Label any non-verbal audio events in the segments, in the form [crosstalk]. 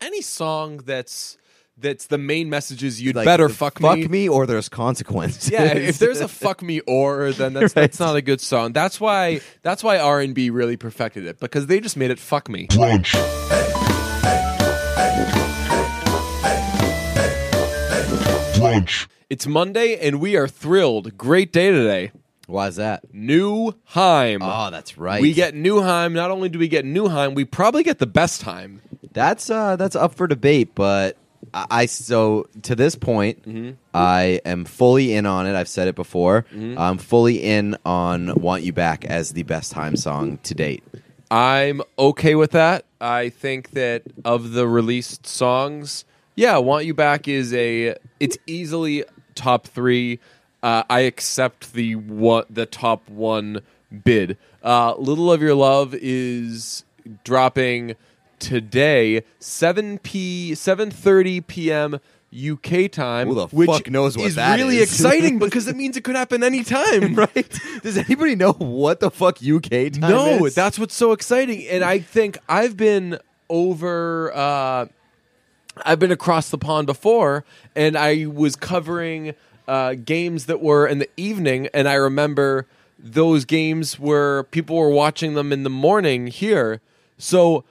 any song that's that's the main message is you'd Like, better fuck, fuck me. me, or there's consequences. Yeah, [laughs] if there's a fuck me or, then that's Right. that's not a good song. That's why that's why R and B really perfected it because they just made it fuck me. It's Monday and we are thrilled. Great day today. why's that? New Heim. Oh, that's right. Mm. We get New Heim. Not only do we get New Heim, we probably get the best Heim. That's uh that's up for debate, but I, I so to this point, Mm-hmm. I am fully in on it. I've said it before. Mm-hmm. I'm fully in on "Want You Back" as the best time song to date. I'm okay with that. I think that of the released songs, yeah, "Want You Back" is a it's easily top three. Uh, I accept the one the top one bid. Uh, "Little of Your Love" is dropping today, seven p seven thirty p.m. UK time, Who the which fuck knows what is that really is? [laughs] exciting because it means it could happen anytime, [laughs] right? Does anybody know what the fuck UK time no, is? that's what's so exciting. And I think I've been over. Uh, I've been across the pond before, and I was covering uh, games that were in the evening, and I remember those games were people were watching them in the morning here. So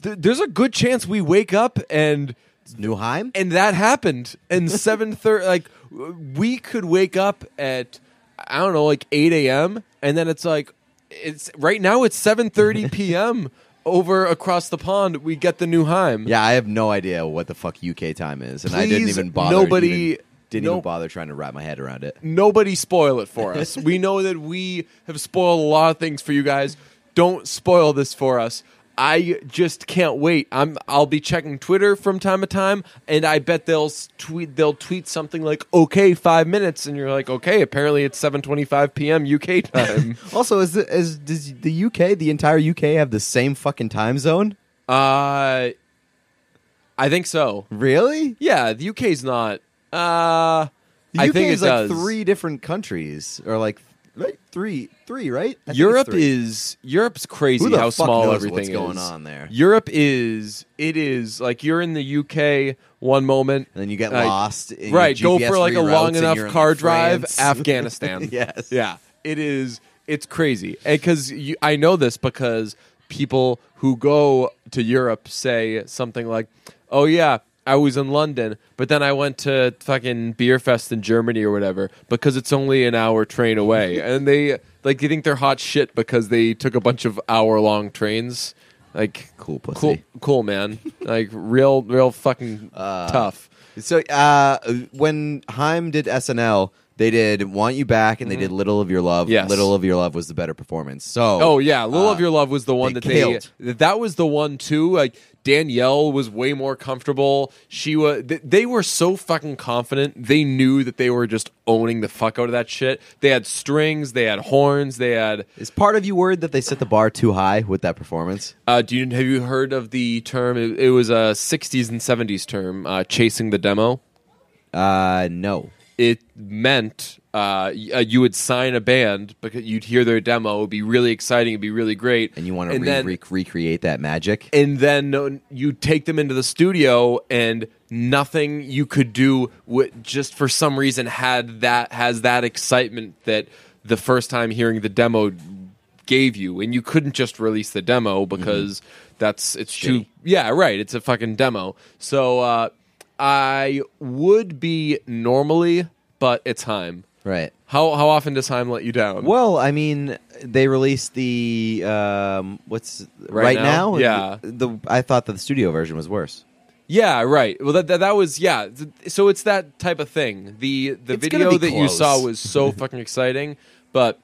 th- there's a good chance we wake up and New Heim. [laughs] and that happened and 7.30 like w- we could wake up at i don't know like 8 a.m and then it's like it's right now it's 7.30 p.m over across the pond we get the new heim Yeah, I have no idea what the fuck UK time is, and I didn't Please, even bother. nobody- even- didn't no- even bother trying to wrap my head around it. nobody spoil it [laughs] for us we know that we have spoiled a lot of things for you guys don't spoil this for us I just can't wait. I'm. I'll be checking Twitter from time to time, and I bet they'll s- tweet. They'll tweet something like, "Okay, five minutes," and you're like, "Okay." Apparently, it's 7:25 p.m. [laughs] UK time. Also, is, the, is does the UK, the entire UK, have the same fucking time zone? Uh, I think so. Really? Yeah, the UK's not. Uh, The I UK think it is like does. three different countries, or like right three, three, right? I think it's Europe three. is Europe's crazy Who the how fuck small knows everything what's is going on there? Europe is it is like you're in the UK one moment, and then you get like, lost. and right? your Go GPS for like a reroutes long and enough you're in, car like, drive, France. [laughs] Afghanistan. yes. Yeah, it is. It's crazy because I know this because people who go to Europe say something like, "Oh yeah, I was in London, but then I went to fucking beer fest in Germany or whatever because it's only an hour train [laughs] away," and they like they think they're hot shit because they took a bunch of hour long trains. Like Cool pussy. cool, cool man. like real, real fucking tough. So uh, when Heim did SNL, they did "Want You Back" and they did "Little of Your Love." Yes. "Little of Your Love" was the better performance. So, Oh yeah, "Little uh, of Your Love" was the one they that they killed. that that was the one too. Like Danielle was way more comfortable. She was. Th- they were so fucking confident. They knew that they were just owning the fuck out of that shit. They had strings. They had horns. They had. is part of you worried that they set the bar too high with that performance? Uh, do you have you heard of the term? It, it was a '60s and '70s term, uh, chasing the demo. Uh, no. it meant uh, y- uh, you would sign a band because you'd hear their demo. It would be really exciting. It'd be really great. And you want to re- then- re- recreate that magic? and then uh, you take them into the studio and nothing you could do w- just for some reason had that has that excitement that the first time hearing the demo gave you and you couldn't just release the demo because that's it's too Shitty. yeah right it's a fucking demo so uh, i would be normally but it's heim right. how how often does heim let you down Well, I mean, they released the um, what's right, Now? now? Yeah. The, the- I thought that the studio version was worse. Yeah, right. Well, that that, that was yeah. Th- So it's that type of thing. The the It's gonna video be that you close. saw was [laughs] so fucking exciting, but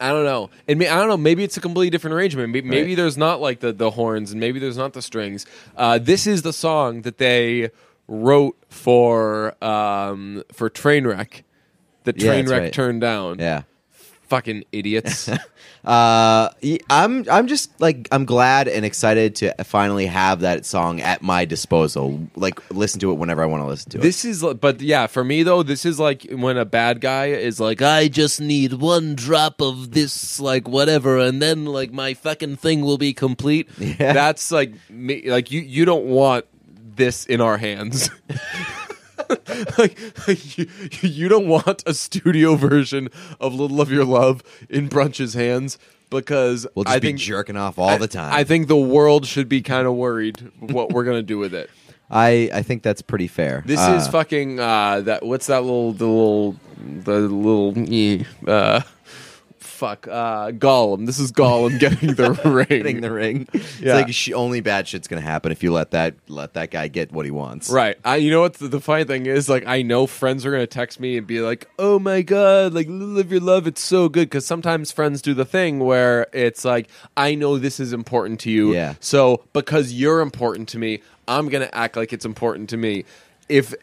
I don't know. And may, I don't know. Maybe it's a completely different arrangement. Maybe, maybe Right. there's not like the the horns, and maybe there's not the strings. Uh, this is the song that they wrote for um, for Trainwreck. The Yeah, Trainwreck that's right. turned down. Yeah. Fucking [laughs] idiots. Uh, y- I'm I'm just like I'm glad and excited to finally have that song at my disposal. Like listen to it whenever I want to listen to it. This is, li- but yeah, for me though, this is like when a bad guy is like, I just need one drop of this, like whatever, and then like my fucking thing will be complete. Yeah. [laughs] That's like me, like you, you don't want this in our hands. [laughs] like, like, you, you don't want a studio version of Little of Your Love in Brunch's hands because we'll just I be think jerking off all I- the time. I think the world should be kind of worried what we're gonna do with it. I, I think that's pretty fair. This Uh, is fucking uh, that. What's that little the little the little uh, fuck uh, Gollum? This is Gollum getting the [laughs] ring. getting the ring. [laughs] It's Yeah. like sh- only bad shit's gonna happen if you let that let that guy get what he wants. Right. I, you know what the, the funny thing is? Like, I know friends are gonna text me and be like, "Oh my god, like live your love, it's so good." Because sometimes friends do the thing where it's like, "I know this is important to you, Yeah. So because you're important to me, I'm gonna act like it's important to me." If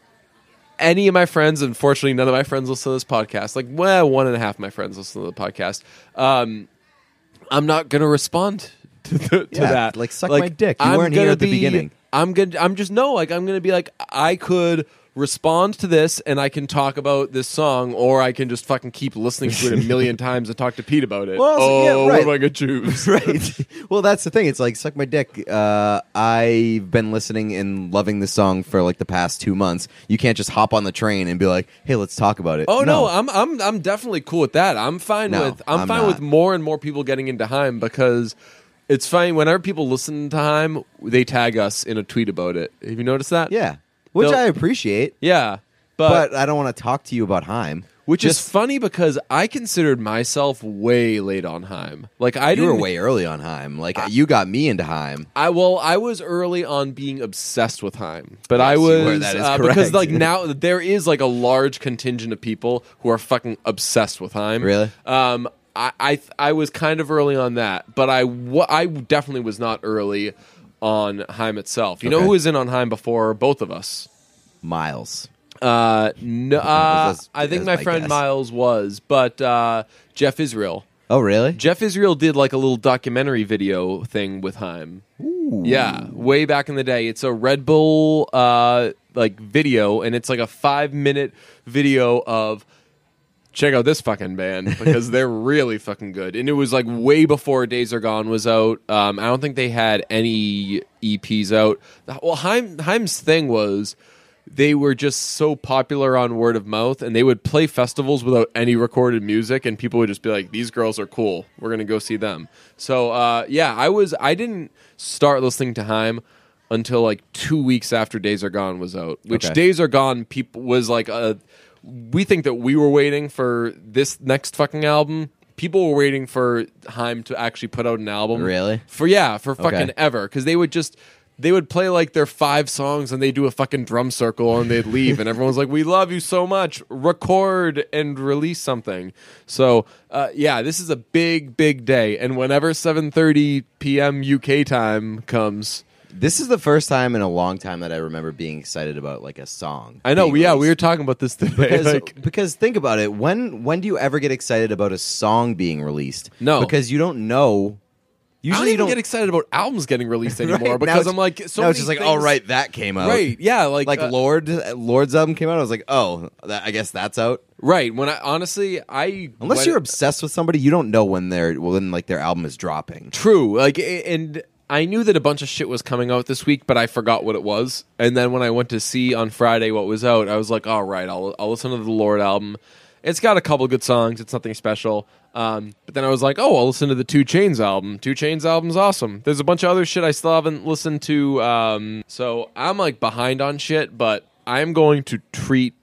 any of my friends, unfortunately, none of my friends listen to this podcast. Like, well, one and a half of my friends listen to the podcast. Um, I'm not gonna respond [laughs] to, the, to Yeah, that. like, suck my dick. You weren't here gonna at the be- beginning. I'm gonna. I'm just no. Like, I'm gonna be like, I could respond to this, and I can talk about this song, or I can just fucking keep listening to it a [laughs] million times and talk to Pete about it. Well, also, yeah, oh, what right. am I gonna choose? [laughs] [laughs] right. Well, that's the thing. It's like suck my dick. Uh, I've been listening and loving this song for like the past two months. You can't just hop on the train and be like, "Hey, let's talk about it." Oh no. I'm I'm I'm definitely cool with that. I'm fine No, with I'm, I'm fine not. with more and more people getting into Heim because it's fine whenever people listen to Heim, they tag us in a tweet about it. Have you noticed that? yeah, which They'll- I appreciate, Yeah. But, but I don't want to talk to you about Heim. which Just- is funny because I considered myself way late on Heim. Like I you were didn't way early on Heim. Like you got me into Heim. I well, I was early on being obsessed with Heim, but I Yes, you was were. That is uh, because correct. [laughs] like now there is like a large contingent of people who are fucking obsessed with Heim. Really? Um, I I, I was kind of early on that, but I wa- I definitely was not early on Heim itself. You know Okay. who was in on Heim before both of us? Miles. Uh, no, uh, That's- I think that's my my friend guess. Miles was, but uh, Jeff Israel. Oh really? Jeff Israel did like a little documentary video thing with Heim. Yeah, way back in the day. It's a Red Bull uh, like video, and it's like a five minute video of check out this fucking band because they're really fucking good. And it was like way before Days Are Gone was out. Um, I don't think they had any EPs out. Well, Heim, Heim's thing was they were just so popular on word of mouth and they would play festivals without any recorded music and people would just be like these girls are cool we're gonna go see them so uh, yeah i was i didn't start listening to heim until like two weeks after days are gone was out which Okay. days are gone people was like a, we think that we were waiting for this next fucking album people were waiting for heim to actually put out an album Really? for yeah for fucking Okay. ever because they would just they would play like their five songs and they do a fucking drum circle and they'd leave and everyone's like we love you so much record and release something so uh, yeah this is a big big day and whenever 7.30 p.m uk time comes This is the first time in a long time that I remember being excited about like a song. i know being yeah we released. were talking about this [laughs] today because, like, because think about it when when do you ever get excited about a song being released No. because you don't know i don't even usually you don't get excited about albums getting released [laughs] right? anymore Now because it's- i'm like so now it's many just like things- all right that came out right yeah like like uh, lord lord's album came out i was like oh that, i guess that's out right when i honestly i unless when- you're obsessed with somebody you don't know when their when like their album is dropping True. Like, a- and I knew that a bunch of shit was coming out this week, but I forgot what it was. And then when I went to see on Friday what was out, I was like, all right, I'll, I'll listen to the Lord album. It's got a couple good songs. It's nothing special. Um, but then I was like, oh, I'll listen to the Two Chains album. Two Chains album's awesome. There's a bunch of other shit I still haven't listened to. Um, so I'm like behind on shit, but I'm going to treat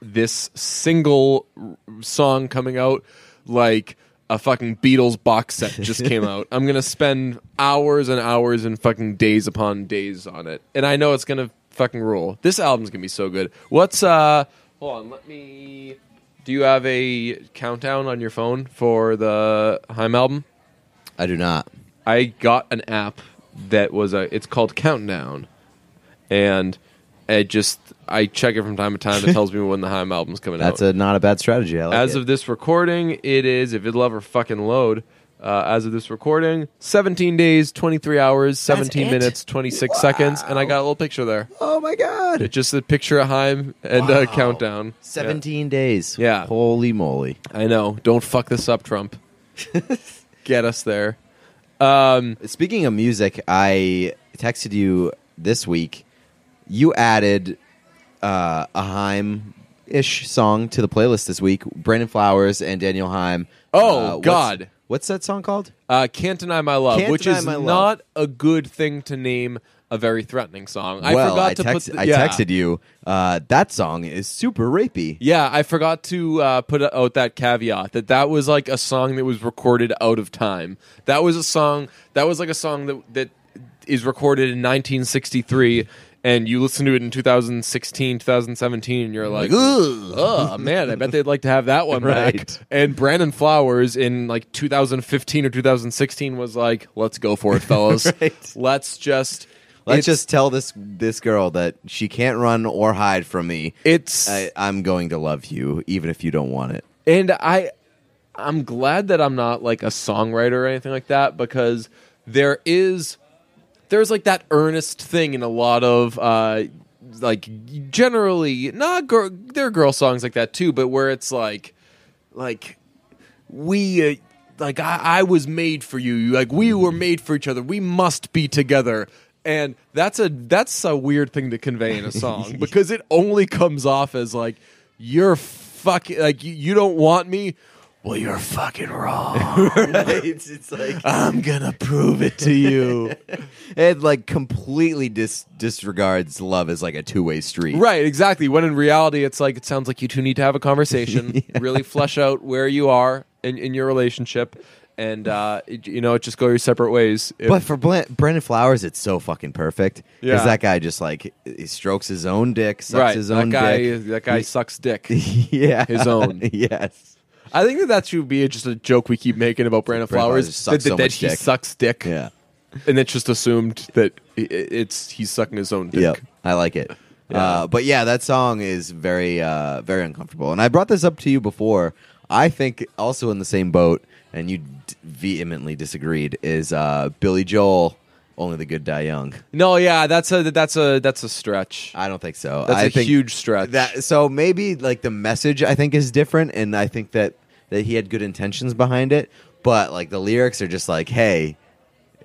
this single r- song coming out like a fucking Beatles box set just came out. I'm going to spend hours and hours and fucking days upon days on it. And I know it's going to fucking rule. This album's going to be so good. What's uh hold on, let me Do you have a countdown on your phone for the Heim album? i do not I got an app that was a. It's called Countdown, and I just I check it from time to time. It tells me when the Haim album's coming That's out. a not a bad strategy. I like as it. of this recording, it is if it'll ever fucking load. Uh, as of this recording, 17 days, 23 hours, 17 it? minutes, 26 seconds, and I got a little picture there. oh my god, It's just a picture of Haim and a countdown. Yeah. seventeen days. Yeah. holy moly. I know. Don't fuck this up, [laughs] Trump. Get us there. Um, Speaking of music, I texted you this week. You added uh, a Heim ish song to the playlist this week. Brandon Flowers and Daniel Heim. Oh, what's- God. what's that song called? uh, Can't Deny My Love, Can't which Deny is My Love. not a good thing to name a very threatening song. I well, forgot I, to text- put. The, I yeah. texted you. Uh, that song is super rapey. Yeah, I forgot to uh, put out that caveat that that was like a song that was recorded out of time. That was a song that was like a song that that is recorded in 1963, and you listen to it in 2016, 2017, and you're like, oh man, I bet they'd like to have that one Right. back. And Brandon Flowers in like 2015 or 2016 was like, let's go for it, fellas. [laughs] Right. Let's just Let's it's- just tell this this girl that she can't run or hide from me. it's I, I'm going to love you, even if you don't want [laughs] it. and i i'm glad that i'm not like a songwriter or anything like that because there is there's like that earnest thing in a lot of uh like generally not girl there are girl songs like that too but where it's like like we uh, like I, I was made for you You- like we were made for each other we must be together and that's a that's a weird thing to convey in a song because it only comes off as like you're fucking like you, you don't want me well you're fucking wrong [laughs] it's, it's like i'm gonna prove it to you [laughs] it like completely dis- disregards love as like a two way [laughs] street. Right, exactly. When in reality, it's like it sounds like you two need to have a [laughs] conversation, really flesh out where you are in, in your relationship, and uh, it- you know, just go your separate ways. If- But for Bl- Brandon Flowers, it's so fucking perfect because Yeah. that guy just like he strokes his own dick, sucks right, his own that guy, dick. that guy sucks dick. [laughs] yeah, His own. [laughs] yes. I think that that should be just a joke we keep making about Brandon Brandon Flowers, Flowers sucks that, so that much he dick. sucks dick, Yeah. and it's just assumed that i- i- it's he's sucking his own dick. Yep. I like it. Uh, but yeah, that song is very, uh, very uncomfortable. And I brought this up to you before. I think also in the same boat, and you d- vehemently disagreed, is uh, Billy Joel, Only the Good Die Young. No, yeah, that's a that's a that's a stretch. I don't think so. That's I a think huge stretch. That so maybe like the message I think is different, and I think that that he had good intentions behind it, but like the lyrics are just like, hey,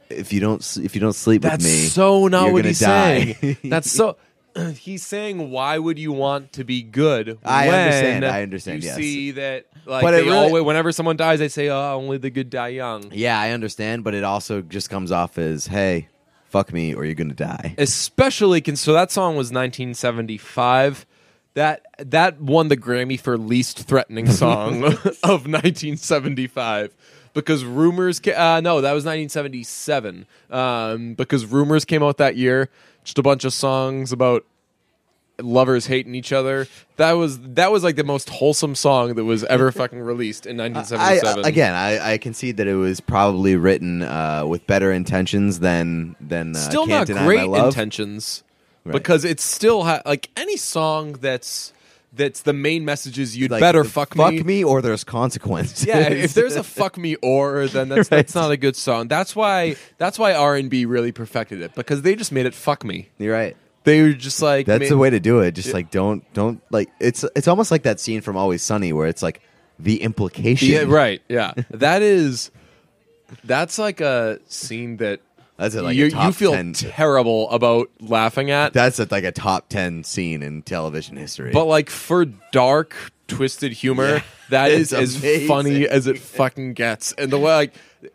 if you don't s- if you don't sleep That's with me, so not you're what gonna he's die. [laughs] saying. That's so. [clears throat] he's saying, why would you want to be good? I when understand, I understand, You yes. see that, like, But they it really- always, whenever someone dies, they say, "Oh, only the good die young." Yeah, I understand, but it also just comes off as, hey, fuck me or you're gonna die. Especially, con- so that song was 1975. That that won the Grammy for least [laughs] threatening song [laughs] of 1975 because rumors. Ca- uh, no, that was 1977 um, because rumors came out that year. Just a bunch of songs about lovers hating each other. That was that was like the most wholesome song that was [laughs] ever fucking released in I, uh, 1977. again, I, I concede that it was probably written uh, with better intentions than than uh, still Can't not Deny My great Love. intentions because it's still ha- like any song that's that's the main message is you'd Like, better fuck, fuck me. me. or there's consequences. Yeah, [laughs] if there's a fuck me or, then that's that's not a good song. That's why that's why R and B really perfected it because they just made it fuck me. you're right. They were just like That's ma- the way to do it. Just like don't don't like it's it's almost like that scene from Always Sunny where it's like the implication. Yeah, right. Yeah, that is. That's like a scene that That's a, like a you, you top feel 10. terrible about laughing at, [laughs] That's a, like a top ten scene in television history. but like for dark, twisted humor, Yeah. that [laughs] is It's as amazing. funny as it fucking gets. And the way like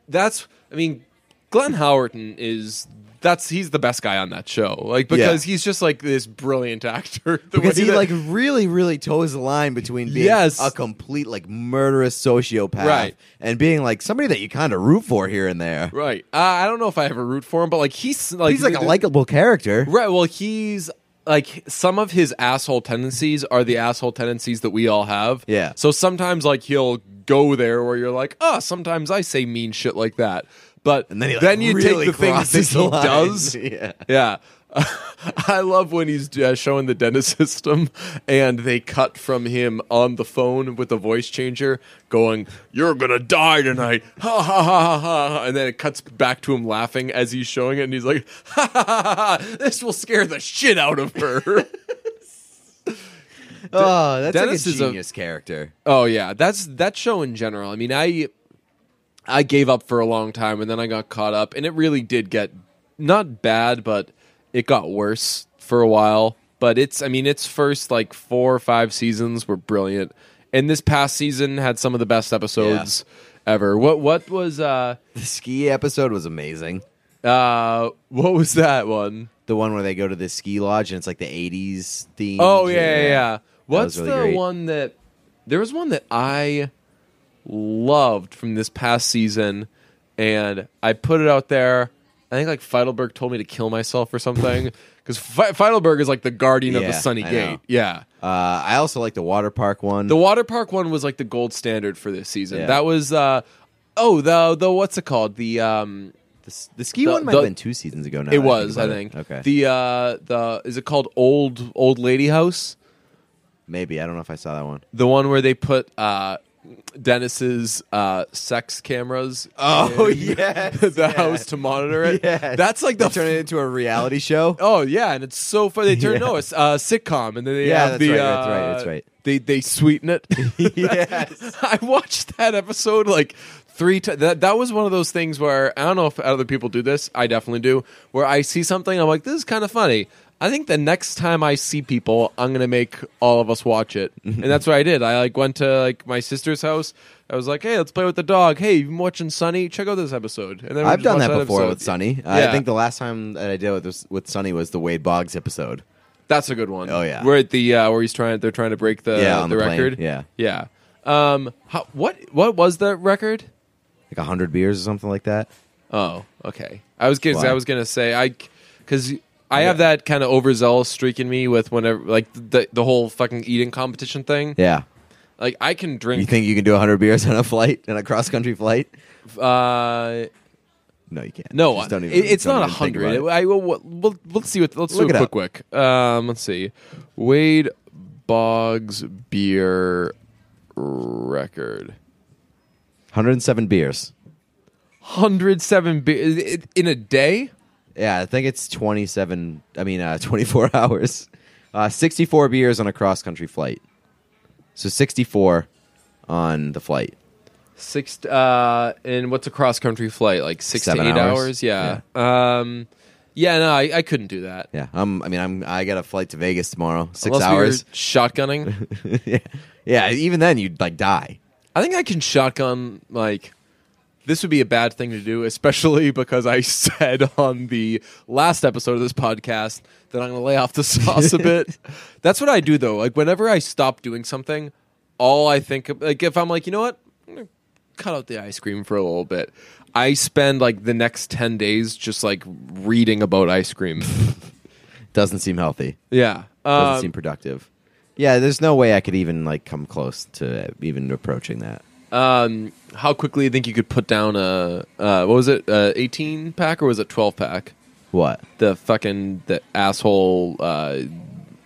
that's, I mean, Glenn Howerton is. That's he's the best guy on that show, like because he's just like this brilliant [laughs] actor. The because way he that- like really really toes the line between being Yes. a complete like murderous sociopath Right. and being like somebody that you kind of root for here and there. right. Uh, I don't know if I have a root for him, but like he's like He's like a th- likable character. Right. Well, he's like some of his asshole tendencies are the asshole tendencies that we all have. Yeah. So sometimes like he'll go there where you're like, oh, sometimes I say mean shit like that. But And then he like, you really take the things that crosses he the line. does. [laughs] yeah. [laughs] Yeah. I love when he's uh, showing the dentist [laughs] system and they cut from him on the phone with the voice changer going, You're going to die tonight. [laughs] Ha ha ha ha ha. And then it cuts back to him laughing as he's showing it. And he's like, [laughs] Ha ha ha ha. ha. This will scare the shit out of her. [laughs] oh, that's Dennis like is a a- genius character. Oh yeah, that's that show in general. I mean, I I gave up for a long time and then I got caught up and it really did get not bad, but it got worse for a while. But it's I mean, its first like 4 or 5 seasons were brilliant. And this past season had some of the best episodes ever. What what was uh The ski episode was amazing. uh what was that one? The one where they go to the ski lodge and it's like the '80s theme. Oh yeah, yeah. yeah. What's really the great. one that there was one that I loved from this past season, and I put it out there. I think like Feidelberg told me to kill myself or something because Fe- Feidelberg is like the guardian of the Yeah, Sunny I Gate. know. Yeah, Uh, I also like the water park one. the water park one was like the gold standard for this season. Yeah. That was uh oh the the what's it called the um the, the ski the- one might the- have been two seasons ago. Now that it was I about think It. Okay, the uh the is it called old old lady house maybe I don't know if I saw that one. The one where they put uh, Dennis's uh, sex cameras Oh, in [laughs] yes, [laughs] the yes. house to monitor it. Yes. That's like the They turn it into a reality show. Oh yeah, and it's so funny. They turn Yeah. no, it's uh, sitcom, and then they Yeah, have that's the right, that's right, uh, that's right. They they sweeten it. [laughs] [laughs] Yes. I watched that episode like three times. That that was one of those things where I don't know if other people do this. I definitely do. Where I see something, I'm like, this is kind of funny. I think the next time I see people, I'm gonna make all of us watch [laughs] it, and that's what I did. I like went to like my sister's house. I was like, "Hey, let's play with the dog." Hey, you've been watching Sunny? Check out this episode. And then we I've just done watched that before episode. with Sunny. Uh, Yeah. I think the last time that I did it was with Sunny was the Wade Boggs episode. That's a good one. Oh, yeah. we're at the uh, where he's trying. They're trying to break the Yeah, on the, the plane. record. Yeah. yeah. Um, how, what what was the record? Like hundred beers or something like that. Oh, okay. I was gonna Why? I was gonna say I because I have that kind of overzealous streak in me with whenever like the the whole fucking eating competition thing. Yeah. Like I can drink. You think you can do hundred beers on a flight on a cross country flight? uh, No, you can't. no, Just it, don't even- it's don't not a even think about hundred. it. I will. We'll, we'll, let's see what. Let's Look do a it quick quick. Um, let's see. Wade Boggs beer record. 107 beers. 107 beers in a day? Yeah, I think it's 27. I mean, uh, [laughs] 24 hours. Uh, 64 beers on a cross country flight. So 64 on the flight. Six uh and what's a cross country flight? Like 6 Seven to 8 hours? hours? Yeah. Um yeah, no, I, I couldn't do that. Yeah, I'm. I mean, I'm. I got a flight to Vegas tomorrow. Six Unless we were hours. shotgunning. yeah. yeah, even then you'd like die. I think I can shotgun like this would be a bad thing to do, especially [laughs] because I said on the last episode of this podcast that I'm going to lay off the sauce [laughs] a bit. That's what I do though. Like whenever I stop doing something, all I think of, like if I'm like, you know what, I'm gonna cut out the ice cream for a little bit. I spend like the next ten days just like reading about ice cream. [laughs] Doesn't seem healthy. yeah, Doesn't Um, seem productive. Yeah, there's no way I could even like come close to even approaching that. um, how quickly you think you could put down a uh, what was it, uh, eighteen pack or was it twelve pack? What? The fucking the asshole uh,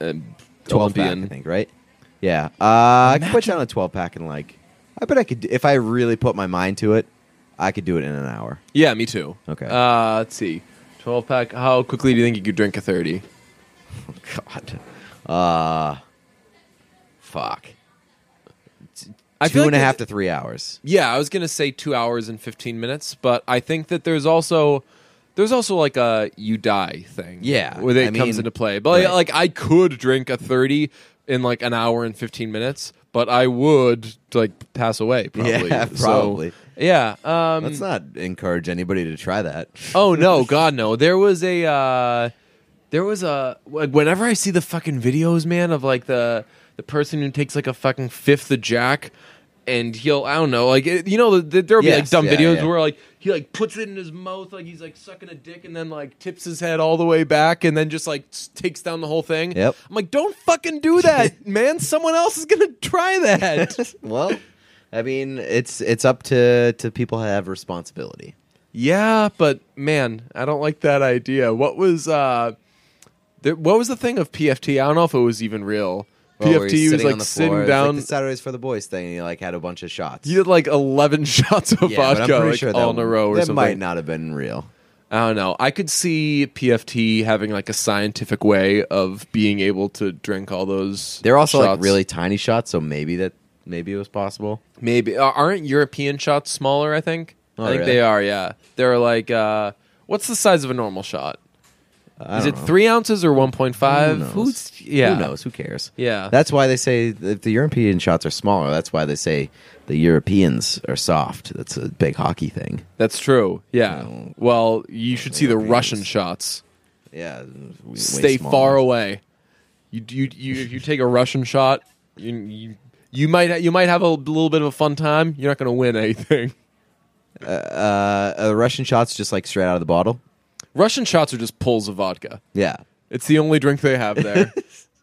uh, 12 Olympian. pack, I think, right? Yeah. Uh, I could put down a 12 pack in like, I bet I could, if I really put my mind to it, I could do it in an hour. Yeah, me too. Okay. Uh, let's see, twelve pack. How quickly do you think you could drink a thirty? God. Uh, fuck. I Two feel and a half like to three hours. Yeah, I was gonna say two hours and fifteen minutes, but I think that there's also there's also like a you die thing. Yeah, where it I comes mean, into play. But like, right. like, I could drink a thirty in like an hour and fifteen minutes, but I would like pass away probably. Yeah, [laughs] So, probably. yeah. Um, Let's not encourage anybody to try that. oh no, God no. There was a uh, there was a like whenever I see the fucking videos, man, of like the the person who takes like a fucking fifth of jack. And he'll, I don't know, like it- you know, th- there'll be like Yes, dumb yeah, videos yeah. where like he like puts it in his mouth, like he's like sucking a dick, and then like tips his head all the way back, and then just like s- takes down the whole thing. Yep. I'm like, don't fucking do [laughs] that, man. Someone else is gonna try that. [laughs] well, I mean, it's it's up to to people who have responsibility. Yeah, but man, I don't like that idea. What was uh There, what was the thing of PFT? I don't know if it was even real. Well, Oh, where PFT he's was sitting on like the sitting floor. It was, like, down. the Saturdays for the Boys thing, and he like had a bunch of shots. he did like eleven [laughs] shots of Yeah, but I'm vodka pretty like, sure that, all in a row or that something. might not have been real. I don't know. I could see PFT having like a scientific way of being able to drink all those. They're also like shots. really tiny shots, so maybe that maybe it was possible. maybe uh, aren't European shots smaller? I think. Oh, I think really? they are. Yeah, they're like uh, what's the size of a normal shot? I Is don't it know. three ounces or one point five? Who knows? Who's yeah? Who knows? Who cares? Yeah. That's why they say that the European shots are smaller. That's why they say the Europeans are soft. That's a big hockey thing. That's true. Yeah. No. Well, you should see the Europeans. Russian shots. Yeah. we- way Stay smaller. far away. You you you if you take a Russian shot, you you, you might you might have a little bit of a fun time. You're not going to win anything. [laughs] Uh, uh, Russian shots just like straight out of the bottle. Russian shots are just pulls of vodka. Yeah. It's the only drink they have [laughs] there.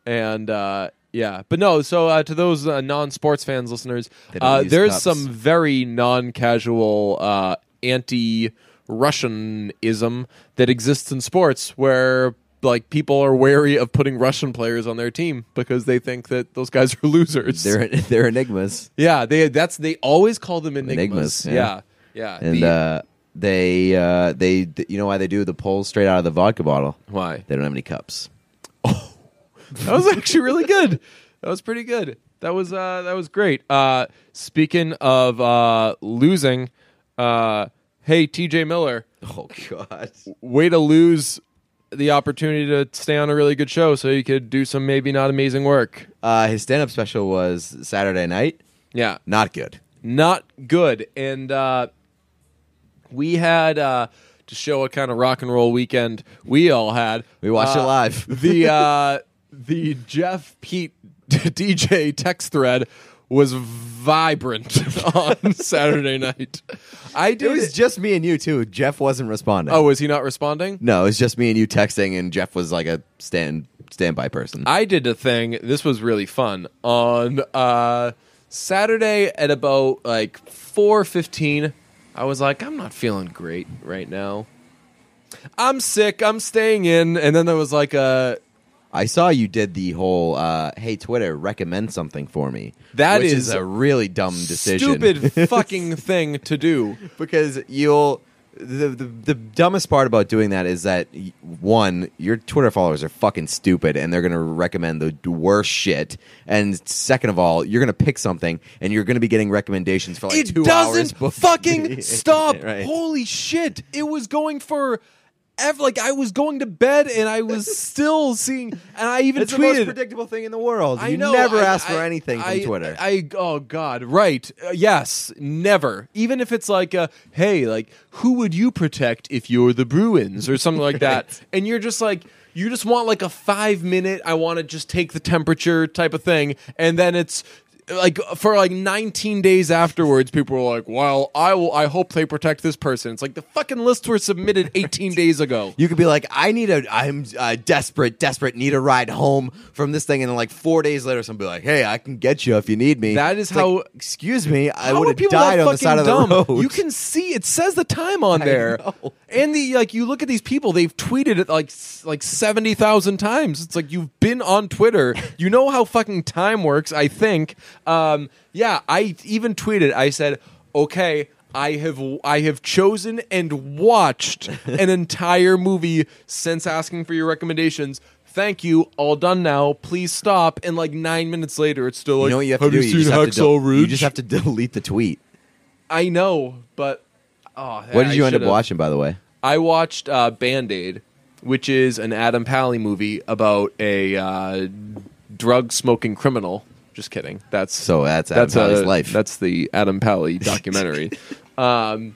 and uh, yeah, but no. So uh, to those uh, non-sports fans, listeners, They don't uh, use there's cups. some very non-casual uh, anti-Russianism that exists in sports where. Like people are wary of putting Russian players on their team because they think that those guys are losers. They're [laughs] they're enigmas. yeah, they that's they always call them enigmas. Enigmas, yeah. yeah, yeah. And The- uh, they uh, they you know why they do the pulls straight out of the vodka bottle? why? They don't have any cups. That was actually really good. That was pretty good. That was uh, that was great. Uh, speaking of uh, losing, uh, hey TJ Miller, [laughs] Oh god. way to lose the opportunity to stay on a really good show, so you could do some maybe not amazing work. Uh, his stand up special was Saturday night. Yeah, Not good. not good. And uh, we had uh, to show what kind of rock and roll weekend we all had. We watched Uh, it live. the uh, the Jeff Pete [laughs] DJ text thread was vibrant [laughs] on Saturday night. I [laughs] It did. was just me and you too. Jeff wasn't responding. oh, was he not responding? no, it was just me and you texting, and Jeff was like a stand standby person. I did a thing. This was really fun on uh, Saturday at about like four fifteen. I was like, I'm not feeling great right now. I'm sick. I'm staying in. And then there was like a I saw you did the whole uh, "Hey Twitter, recommend something for me." That That is is a really dumb decision. [laughs] stupid fucking thing to do. because you'll the, the the dumbest part about doing that is that y- one your Twitter followers are fucking stupid and they're gonna recommend the d- worst shit. And second of all, you're gonna pick something and you're gonna be getting recommendations for like it two hours. [laughs] doesn't before- fucking stop. [laughs] Right. Holy shit! It was going for. Ever, like I was going to bed and I [laughs] was still seeing, and I even It's the most tweeted. predictable thing in the world. I you know, never I- ask for I- anything I- from Twitter. I oh god, right? Uh, yes, never. Even if it's like, uh, hey, like who would you protect if you're the Bruins or something [laughs] like that, and you're just like. You just want like a five minute, I want to just take the temperature type of thing. And then it's like for like 19 days afterwards, people were like, well, I will, I hope they protect this person. It's like the fucking lists were submitted [laughs] 18 days ago. You could be like, I need a, I'm uh, desperate, desperate, need a ride home from this thing, and then like four days later, somebody be like, Hey, I can get you if you need me. That is It's like, how- excuse me, I How are would have people that died on the fucking side of dumb? the road. You can see it says the time on I there, know. and the like. You look at these people; they've tweeted it like s- like seventy thousand times. It's like you've been on Twitter. You know how fucking time works. I think. Um, yeah, I even tweeted. I said, "Okay, I have I have chosen and watched an entire movie since asking for your recommendations." Thank you. All done now. Please stop. And like nine minutes later, it's still like, you know what you have, to do? you you, seen just have to del- Hacksaw Ridge?" you just have to [laughs] delete the tweet. I know, but oh, What did I you end up should've. watching, by the way? I watched uh, Band Aid, which is an Adam Pally movie about a uh, drug smoking criminal. Just kidding. That's So that's Adam Pally's a- life. That's the Adam [laughs] Pally documentary. um,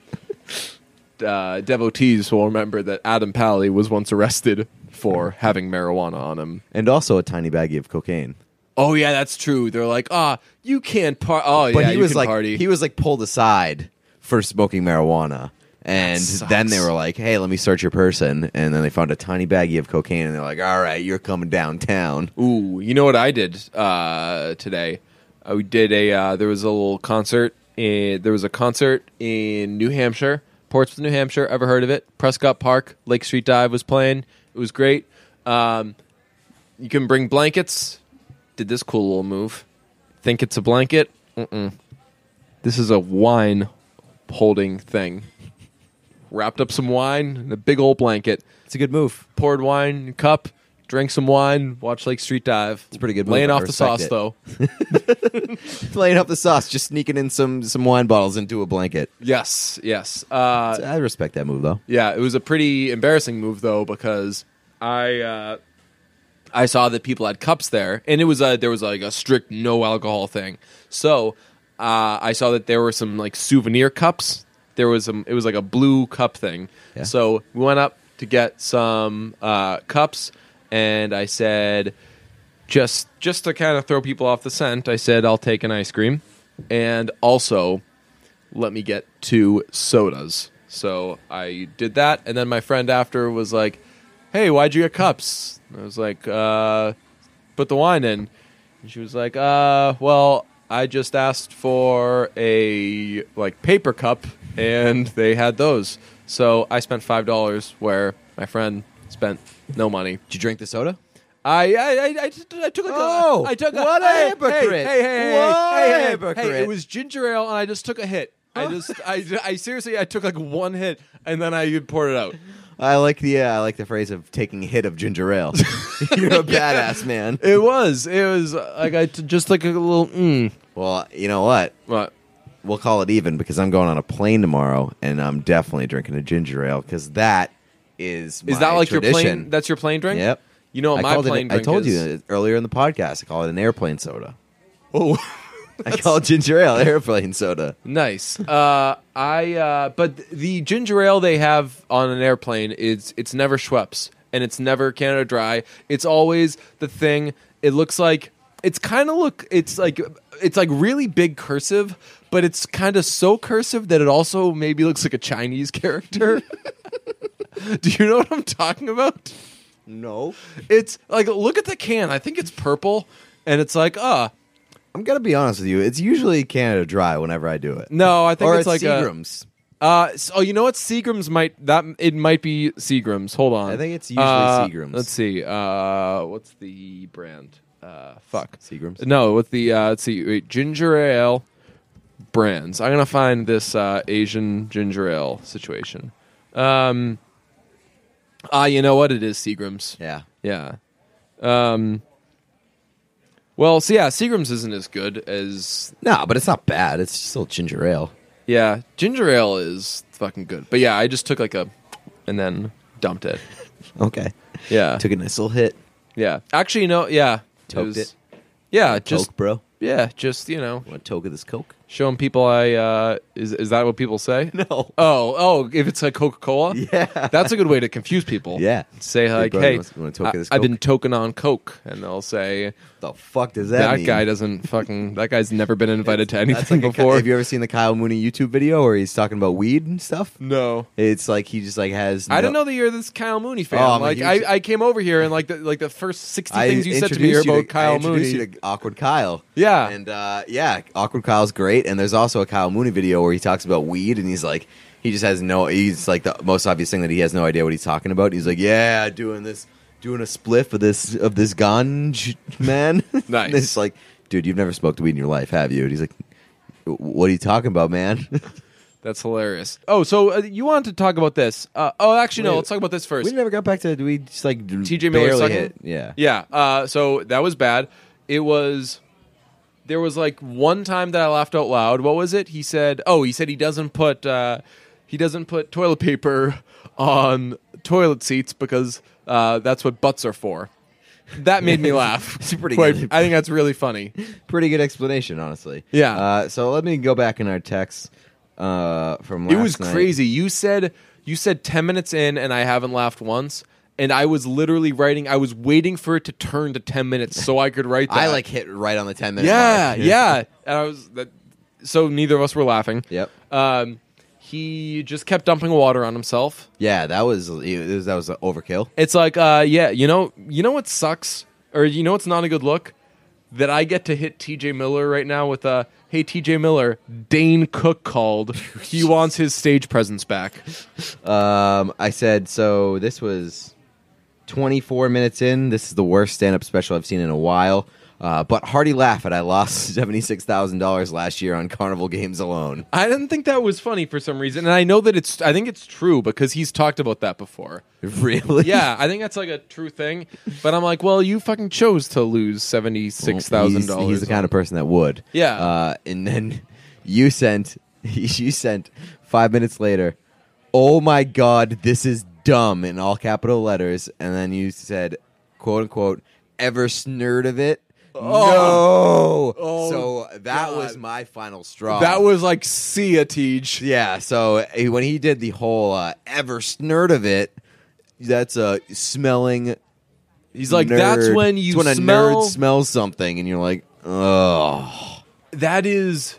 uh, devotees will remember that Adam Pally was once arrested for having marijuana on him. and also a tiny baggie of cocaine. Oh yeah, that's true. They're like, ah, you can't party. Oh But yeah, he you was can like, party. he was like pulled aside for smoking marijuana. And sucks. then they were like, "Hey, let me search your person." And then they found a tiny baggie of cocaine, and they're like, "All right, you're coming downtown." [laughs] Ooh, you know what I did uh, today? I did a uh, there was a little concert. In, there was a concert in New Hampshire, Portsmouth, New Hampshire. Ever heard of it? Prescott Park, Lake Street Dive was playing. It was great. Um, You can bring blankets. Did this cool little move. Think it's a blanket? Mm-mm. This is a wine holding thing. Wrapped up some wine in a big old blanket. It's a good move. Poured wine in a cup. Drank some wine. Watch Lake Street Dive. It's a pretty good move. Laying I off the sauce respect it. though. Playing up the sauce, just sneaking in some some wine bottles into a blanket. Yes, yes. Uh, I respect that move though. Yeah, it was a pretty embarrassing move though because I uh, I saw that people had cups there, and it was a there was like a strict no alcohol thing. So uh, I saw that there were some like souvenir cups. There was some. It was like a blue cup thing. Yeah. So we went up to get some uh, cups, and I said just just to kind of throw people off the scent. I said I'll take an ice cream, and also let me get two sodas. So I did that, and then my friend after was like, "Hey, why'd you get cups?" And I was like, uh, "Put the wine in," and she was like, "Uh, well, I just asked for a like paper cup, and they had those. So I spent five dollars where my friend spent no money." Did you drink the soda? I I I, I, just- I took a Oh, I took a, what a hey, hypocrite. Hey, hey, hey, hey, What hey, a hey, hey, hypocrite. Hey, it was ginger ale, and I just took a hit. I just I I seriously I took like one hit, and then I poured it out. I like the uh, I like the phrase of taking a hit of ginger [laughs] ale. [laughs] You're a badass man. It was it was uh, like I t- just like a little mm. Well, you know what? What? We'll call it even because I'm going on a plane tomorrow, and I'm definitely drinking a ginger ale because that is Is my that like your plane? tradition. That's your plane drink. Yep. You know what Oh, I my called it- plane I drink told is. you earlier in the podcast. I call it an airplane soda. Oh. [laughs] I call it ginger ale airplane soda. Nice. Uh, I uh, but the ginger ale they have on an airplane is it's never Schweppes and it's never Canada Dry. It's always the thing. It looks like it's kind of look. It's like it's like really big cursive, but it's kind of so cursive that it also maybe looks like a Chinese character. [laughs] Do you know what I'm talking about? No, It's like look at the can. I think it's purple, and it's like uh I'm gonna be honest with you. It's usually Canada Dry whenever I do it. no. I think or it's like a. Seagram's. Uh, s- oh, you know what? Seagrams might that it might be Seagrams. Hold on, I think it's usually Uh, Seagram's. Let's see. Uh, what's the brand? Uh, fuck Seagram's. No, with the uh, let's see, wait, ginger ale brands. I'm gonna find this uh, Asian ginger ale situation. Um, ah, you know what? It is Seagrams. Yeah. Yeah. Um. Well, so yeah, Seagrams isn't as good as No, but it's not bad. It's still ginger ale. yeah, ginger ale is fucking good. But yeah, I just took like a and then dumped it. Okay. Yeah. [laughs] Took a nice little hit. yeah. Actually, you know, yeah. Toked was- it? Yeah, just Coke, bro. yeah, just, you know, Want a toke of this Coke? showing people I uh is is that what people say? [laughs] No. Oh, oh, if it's like Coca-Cola? Yeah. That's a good way to confuse people. Yeah. Say Hey, like, bro, you "Hey, want- you want a toke of this I, have been Coke?" token on Coke." And they'll say, The fuck does that, "That, mean? guy doesn't fucking that guy's never been invited to That's anything like a Ky- before." have you ever seen the Kyle Mooney YouTube video where he's talking about weed and stuff? no. It's like he just like has. I don't no- know that you're this Kyle Mooney fan. Oh, I'm a like huge- I, I came over here and like the like the first sixty I things you said to me are introduced about you I Kyle introduced Mooney. you to awkward Kyle. Yeah. and uh, yeah, awkward Kyle's great. And there's also a Kyle Mooney video where he talks about weed, and he's like, he just has no. He's like the most obvious thing that he has no idea what he's talking about. He's like, yeah, doing this, doing a spliff of this of this ganj man. [laughs] Nice. And it's like, dude, you've never smoked weed in your life, have you? And he's like, what are you talking about, man? That's hilarious. Oh, so uh, you wanted to talk about this? Uh, oh, actually, no. Wait. Let's talk about this first. [laughs] we never got back to. We just like T.J. Miller barely sucking? hit. Yeah, Yeah. Uh, so that was bad. It was. There was like one time that I laughed out loud. What was it? He said, "Oh, he said he doesn't put uh, he doesn't put toilet paper on toilet seats because uh, that's what butts are for." That made [laughs] me laugh. It's pretty Quite- good. I think that's really funny. pretty good explanation, honestly. Yeah. Uh, so let me go back in our text uh, from last it was night. crazy. You said you said ten minutes in, and I haven't laughed once. And I was literally writing. I was waiting for it to turn to ten minutes so I could write. That. [laughs] I like hit right on the ten minute. yeah, mark. yeah. And I was that, so neither of us were laughing. Yep. Um, he just kept dumping water on himself. Yeah, that was, it was that was an overkill. It's like, uh, yeah, you know, you know what sucks, or you know what's not a good look, that I get to hit T.J. Miller right now with a, hey T.J. Miller, Dane Cook [laughs] called. He wants his stage presence back. Um, I said so. This was 24 minutes in. This is the worst stand up special I've seen in a while. Uh, but hearty laugh at I lost [laughs] $76,000 last year on carnival games alone. [laughs] I didn't think that was funny for some reason, and I know that it's. I think it's true because he's talked about that before. Really? Yeah, I think that's like a true thing. But I'm like, well, you fucking chose to lose seventy six thousand He's- dollars. He's the kind of person that would. Yeah. Uh, and then [laughs] you sent [laughs] you sent five minutes later. Oh my god, this is dumb in all capital letters. And then you said, quote unquote, ever snurred of it. No. Oh, so that God. was my final straw. That was like see a teach. yeah. So uh, when he did the whole uh, ever snurred of it, that's uh, smelling He's like, that's nerd. when you It's when a smell. nerd smells something, and you're like, oh, that is,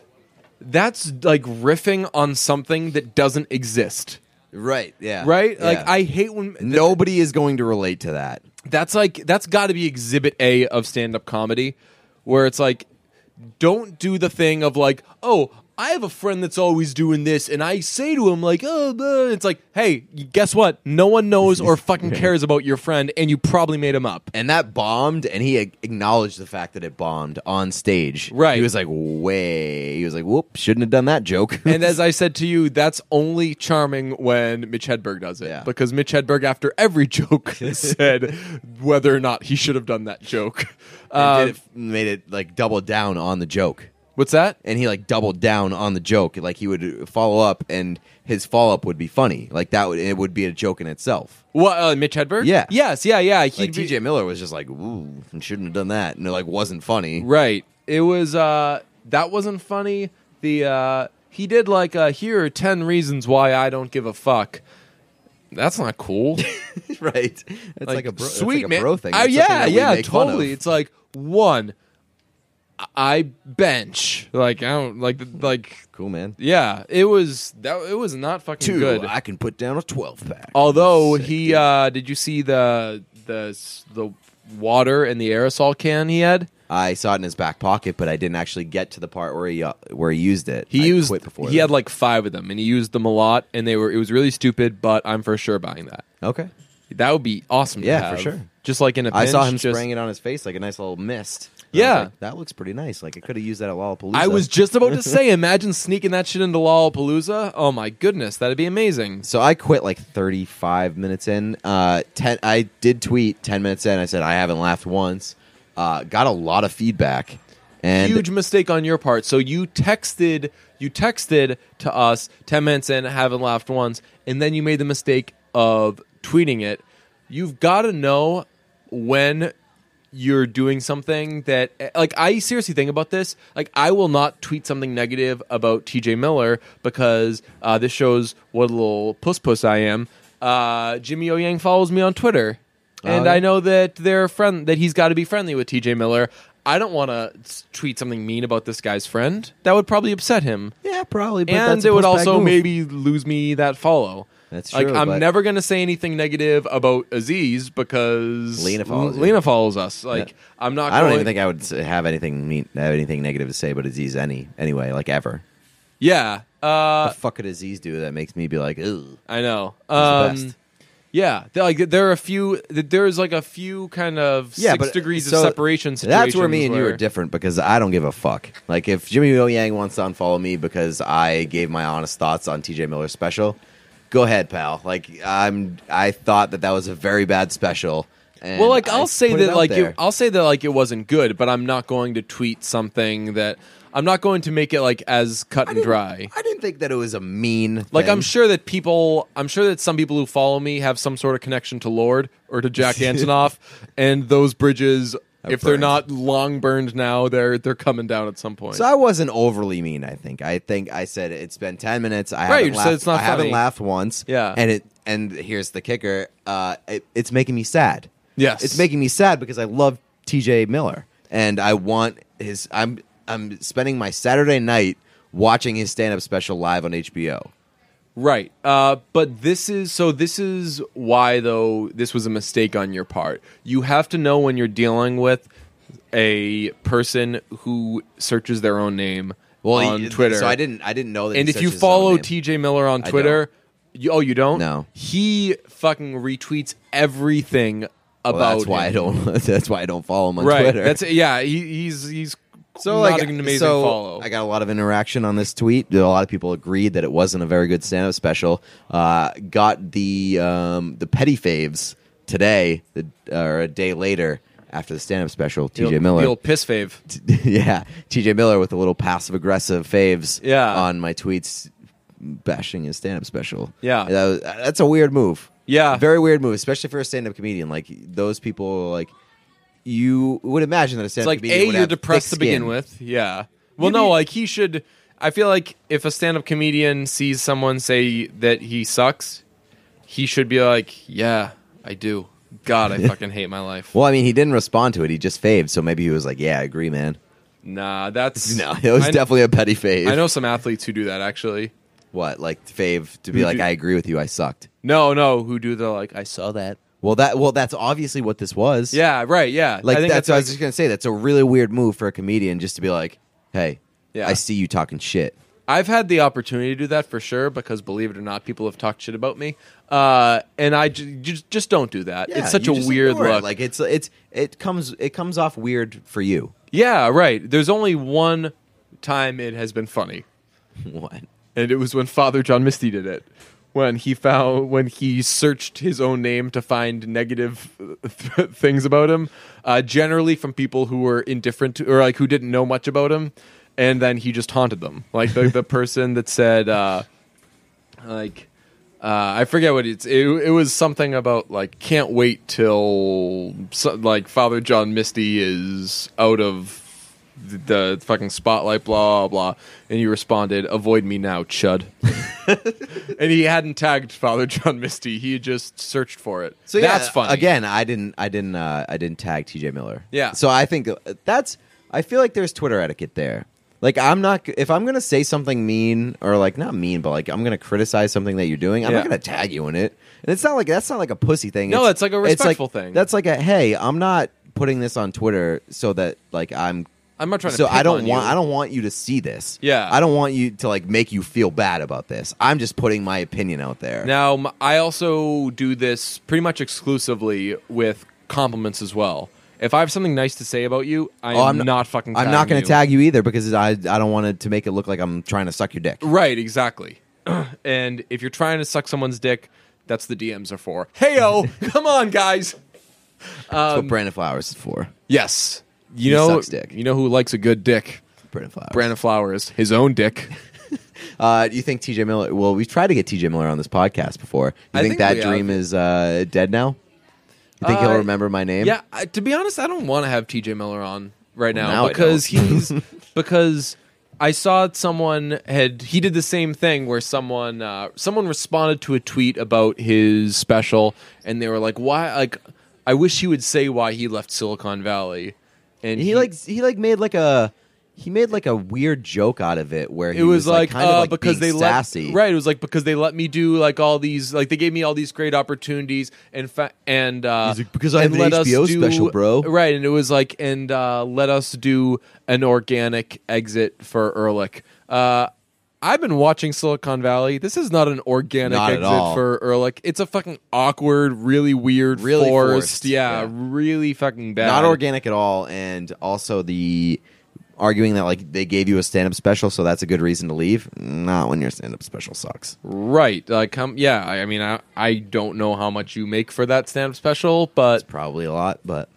that's like riffing on something that doesn't exist. right, yeah, Right? Like yeah. I hate when nobody is going to relate to that. that's like that's got to be exhibit A of stand-up comedy where it's like don't do the thing of like, "Oh, I have a friend that's always doing this and I say to him like, "Oh, blah." it's like, "Hey, guess what? No one knows or [laughs] fucking cares about your friend and you probably made him up." And that bombed, and he a- acknowledged the fact that it bombed on stage. Right. He was like, way. He was like, whoop, shouldn't have done that joke. And as I said to you, that's only charming when Mitch Hedberg does it. Yeah. Because Mitch Hedberg, after every [laughs] joke, said whether or not he should have done that joke. [laughs] And Uh, did it f- made it like double down on the joke. what's that? And he like doubled down on the joke. Like he would follow up, and his follow up would be funny. Like that would it would be a joke in itself. What, uh, Mitch Hedberg? Yeah. Yes, yeah, yeah. He'd Like be- TJ Miller was just like, ooh, shouldn't have done that, and it like wasn't funny. [laughs] Right. It was uh that wasn't funny. The uh he did like uh here are 10 reasons why I don't give a fuck. That's not [laughs] cool. right? It's like, a bro, that's sweet like a man. bro thing. Uh, That's something yeah, that we yeah, make fun totally. of. It's like one I- I bench. Like I don't like like cool, man. yeah, it was that it was not fucking Two, good. I can put down a twelve pack. Although Sick, he dude. uh did you see the the s- the water and the aerosol can he had? I saw it in his back pocket, but I didn't actually get to the part where he uh, where he used it. He I used quit before. he then. had like five of them, and he used them a lot, and they were it was really stupid. But I'm for sure buying that. okay. That would be awesome. to Yeah, for have. sure. Just like in a I pinch, saw him just, spraying it on his face like a nice little mist. And I was Yeah. like, that looks pretty nice. Like I could have used that at Lollapalooza. I was just [laughs] about to say, imagine sneaking that shit into Lollapalooza. Oh my goodness, that'd be amazing. So I quit like 35 minutes in. Uh, ten, I did tweet 10 minutes in. I said I haven't laughed once. Uh, got a lot of feedback. And Huge mistake on your part. So you texted you texted to us ten minutes in, haven't laughed once, and then you made the mistake of tweeting it. You've got to know when you're doing something that like I seriously think about this. Like I will not tweet something negative about TJ Miller because uh, this shows what a little puss puss I am. Uh, Jimmy O Yang follows me on Twitter, and yeah. I know that they're friend that he's got to be friendly with TJ Miller. I don't want to tweet something mean about this guy's friend. That would probably upset him, yeah, probably. But and that's a it would pushback also move. maybe lose me that follow. That's like true, I'm but- never gonna say anything negative about Aziz because Lena follows you. Lena follows us. Like Yeah. I'm not. I don't going- even think I would s- have anything mean, have anything negative to say about Aziz any anyway, like ever. Yeah. Uh, What the fuck could Aziz do that makes me be like, Ew. I know. the Um, best. Yeah, They're like there are a few. There's like a few kind of six degrees uh, so of separation. Situations That's where me and you where- are different because I don't give a fuck. Like if Jimmy O Yang wants to unfollow me because I gave my honest thoughts on TJ Miller's special, go ahead, pal. Like I'm, I thought that that was a very bad special. And Well, like I I'll say put it that out like it, there. I'll say that like it wasn't good, but I'm not going to tweet something that I'm not going to make it like as cut and dry. I didn't think that it was a mean. Like I'm thing. sure that people, I'm sure that some people who follow me have some sort of connection to Lord or to [laughs] Jack Antonoff, and those bridges, if they're burned. not long burned now, they're they're coming down at some point. So I wasn't overly mean. I think. I think I said it's been ten minutes. Right, I you haven't just laughed. said it's not I haven't funny. laughed once. Yeah. And it. And here's the kicker. Uh, it, it's making me sad. Yes. It's making me sad because I love T.J. Miller and I want his. I'm. I'm spending my Saturday night watching his stand-up special live on HBO. Right. Uh, but this is so this is why though this was a mistake on your part. You have to know when you're dealing with a person who searches their own name Well, on he- Twitter. So I didn't. I didn't know that. And he if you searched his own follow name. TJ Miller on Twitter, You, oh, you don't? No. He fucking retweets everything about. Well, that's why him. I don't. [laughs] That's why I don't follow him on right. Twitter. That's yeah. He, he's he's so not like an amazing so follow. I got a lot of interaction on this tweet. A lot of people agreed that it wasn't a very good stand-up special. Uh, got the um, the petty faves today, the, or a day later after the stand-up special. The old- TJ Miller, the old piss fave. [laughs] yeah, TJ Miller with a little passive aggressive faves Yeah. on my tweets bashing his stand up special. Yeah. That was- that's a weird move. Yeah. Very weird move, especially for a stand up comedian. Like those people like you would imagine that a It's stand up like comedian a would you're have depressed to thick begin skin. with. Yeah. Well, no, like he should. I feel like if a stand-up comedian sees someone say that he sucks, he should be like, "Yeah, I do. God, [laughs] I fucking hate my life." Well, I mean, he didn't respond to it. He just faved, so maybe he was like, "Yeah, I agree, man." [laughs] Nah, that's No, it was I, definitely a petty fave. I know some athletes who do that actually. what like fave to be Who like, do- "I agree with you. I sucked." No, no, who do the like? I saw that. Well, that well, that's obviously what this was. Yeah, right. Yeah, Like I think that's, what I was like- just gonna say. That's a really weird move for a comedian just to be like, "Hey, Yeah. I see you talking shit." I've had the opportunity to do that for sure because believe it or not, people have talked shit about me, uh, and I ju- ju- just don't do that. it's such a you just weird ignore it. look. Like it's it's it comes it comes off weird for you. [laughs] yeah, right. There's only one time it has been funny, What? and it was when Father John Misty did it. When he found when he searched his own name to find negative uh, [laughs] th- things about him, uh, generally from people who were indifferent to, or like who didn't know much about him, and then he just haunted them. Like the, the person that said, uh, like uh, I forget what it's. It, it was something about like can't wait till so, like Father John Misty is out of the, the fucking spotlight, blah blah. And he responded, "Avoid me now, chud." [laughs] and he hadn't tagged Father John Misty. He had just searched for it. So yeah, that's funny. Again, I didn't I didn't uh, I didn't tag TJ Miller. Yeah. So I think uh, that's I feel like there's Twitter etiquette there. Like I'm not if I'm gonna say something mean or like not mean, but like I'm gonna criticize something that you're doing. I'm Yeah. not gonna tag you in it. And it's not like that's not like a pussy thing. No, it's like a respectful thing. That's like a hey, I'm not putting this on Twitter so that like I'm I'm not trying to. so pick I don't on want you. I don't want you to see this. Yeah. I don't want you to like make you feel bad about this. I'm just putting my opinion out there. Now, m- I also do this pretty much exclusively with compliments as well. If I have something nice to say about you, I am Oh, not, fucking. I'm not going to tag you either because I I don't want it to make it look like I'm trying to suck your dick. Right, exactly. [clears throat] and if you're trying to suck someone's dick, that's the DMs are for. [laughs] Heyo, come on, guys. That's Um, what Brandon Flowers is for. Yes, you He know, sucks dick. you know who likes a good dick? Brandon Flowers. Brandon Flowers, his own dick. Uh, do you think TJ Miller? Well, we tried to get TJ Miller on this podcast before. You I think, think that we dream have. is uh, dead now? You think Uh, he'll remember my name? Yeah, I, to be honest, I don't want to have TJ Miller on right now, now I because don't. [laughs] he's because I saw someone had he did the same thing where someone uh, someone responded to a tweet about his special and they were like, "Why?" Like, I wish he would say why he left Silicon Valley. And He like he like made like a he made like a weird joke out of it where he it was, like, kind uh, of like because being they sassy. let right. It was like because they let me do like all these like they gave me all these great opportunities and fa- and uh, He's like, "Because I have and an let us HBO do- special, bro." Right, and it was like and uh, let us do an organic exit for Ehrlich. Uh, I've been watching Silicon Valley. This is not an organic Not at exit all. for Ehrlich. It's a fucking awkward, really weird, Really forced, forced, yeah, yeah. really fucking bad. not organic at all and also the arguing that like they gave you a stand-up special so that's a good reason to leave not when your stand-up special sucks Right. Like, um, yeah, I, I mean, I, I don't know how much you make for that stand up special, but probably a lot but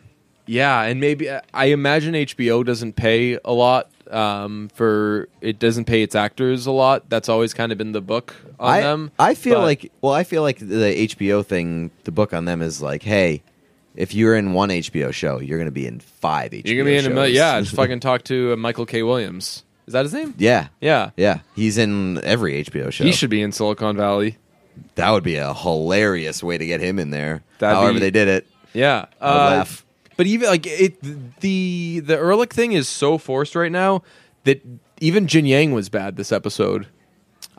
yeah, and maybe I imagine HBO doesn't pay a lot um, for it, doesn't pay its actors a lot. That's always kind of been the book on I, them. I feel but- like well i feel like the hbo thing the book on them is like hey if you're in one hbo show you're gonna be in five hbo you're going to be in a mil- shows. Yeah, [laughs] just fucking talk to uh, Michael K. Williams. Is that his name? yeah Yeah. yeah he's in every hbo show He should be in Silicon Valley. that would be a hilarious way to get him in there That'd however be- they did it Yeah, uh, I'd laugh. But even like it, the the Ehrlich thing is so forced right now that even Jin Yang was bad this episode.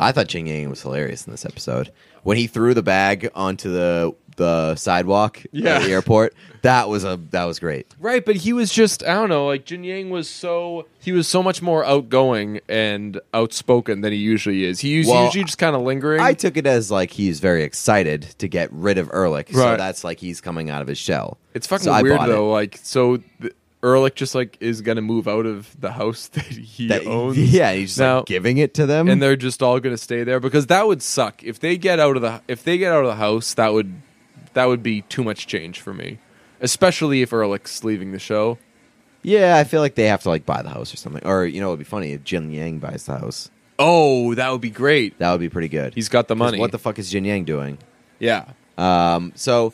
I thought Ching Yang was hilarious in this episode when he threw the bag onto the the sidewalk Yeah. at the airport. That was a that was great. Right, but he was just I don't know, like Jin Yang was so he was so much more outgoing and outspoken than he usually is. He was Well, usually just kind of lingering. I took it as like he's very excited to get rid of Ehrlich, so Right. that's like he's coming out of his shell. it's fucking so I weird bought it. though. Like so th- Ehrlich just like is going to move out of the house [laughs] that he That- owns. [laughs] yeah, he's just Now- like giving it to them. And they're just all going to stay there because that would suck. If they get out of the if they get out of the house, that would that would be too much change for me. Especially if Ehrlich's leaving the show. yeah, I feel like they have to like buy the house or something. Or you know, it'd be funny if Jin Yang buys the house. Oh, that would be great. That would be pretty good. He's got the 'Cause money. What the fuck is Jin Yang doing? yeah. Um, so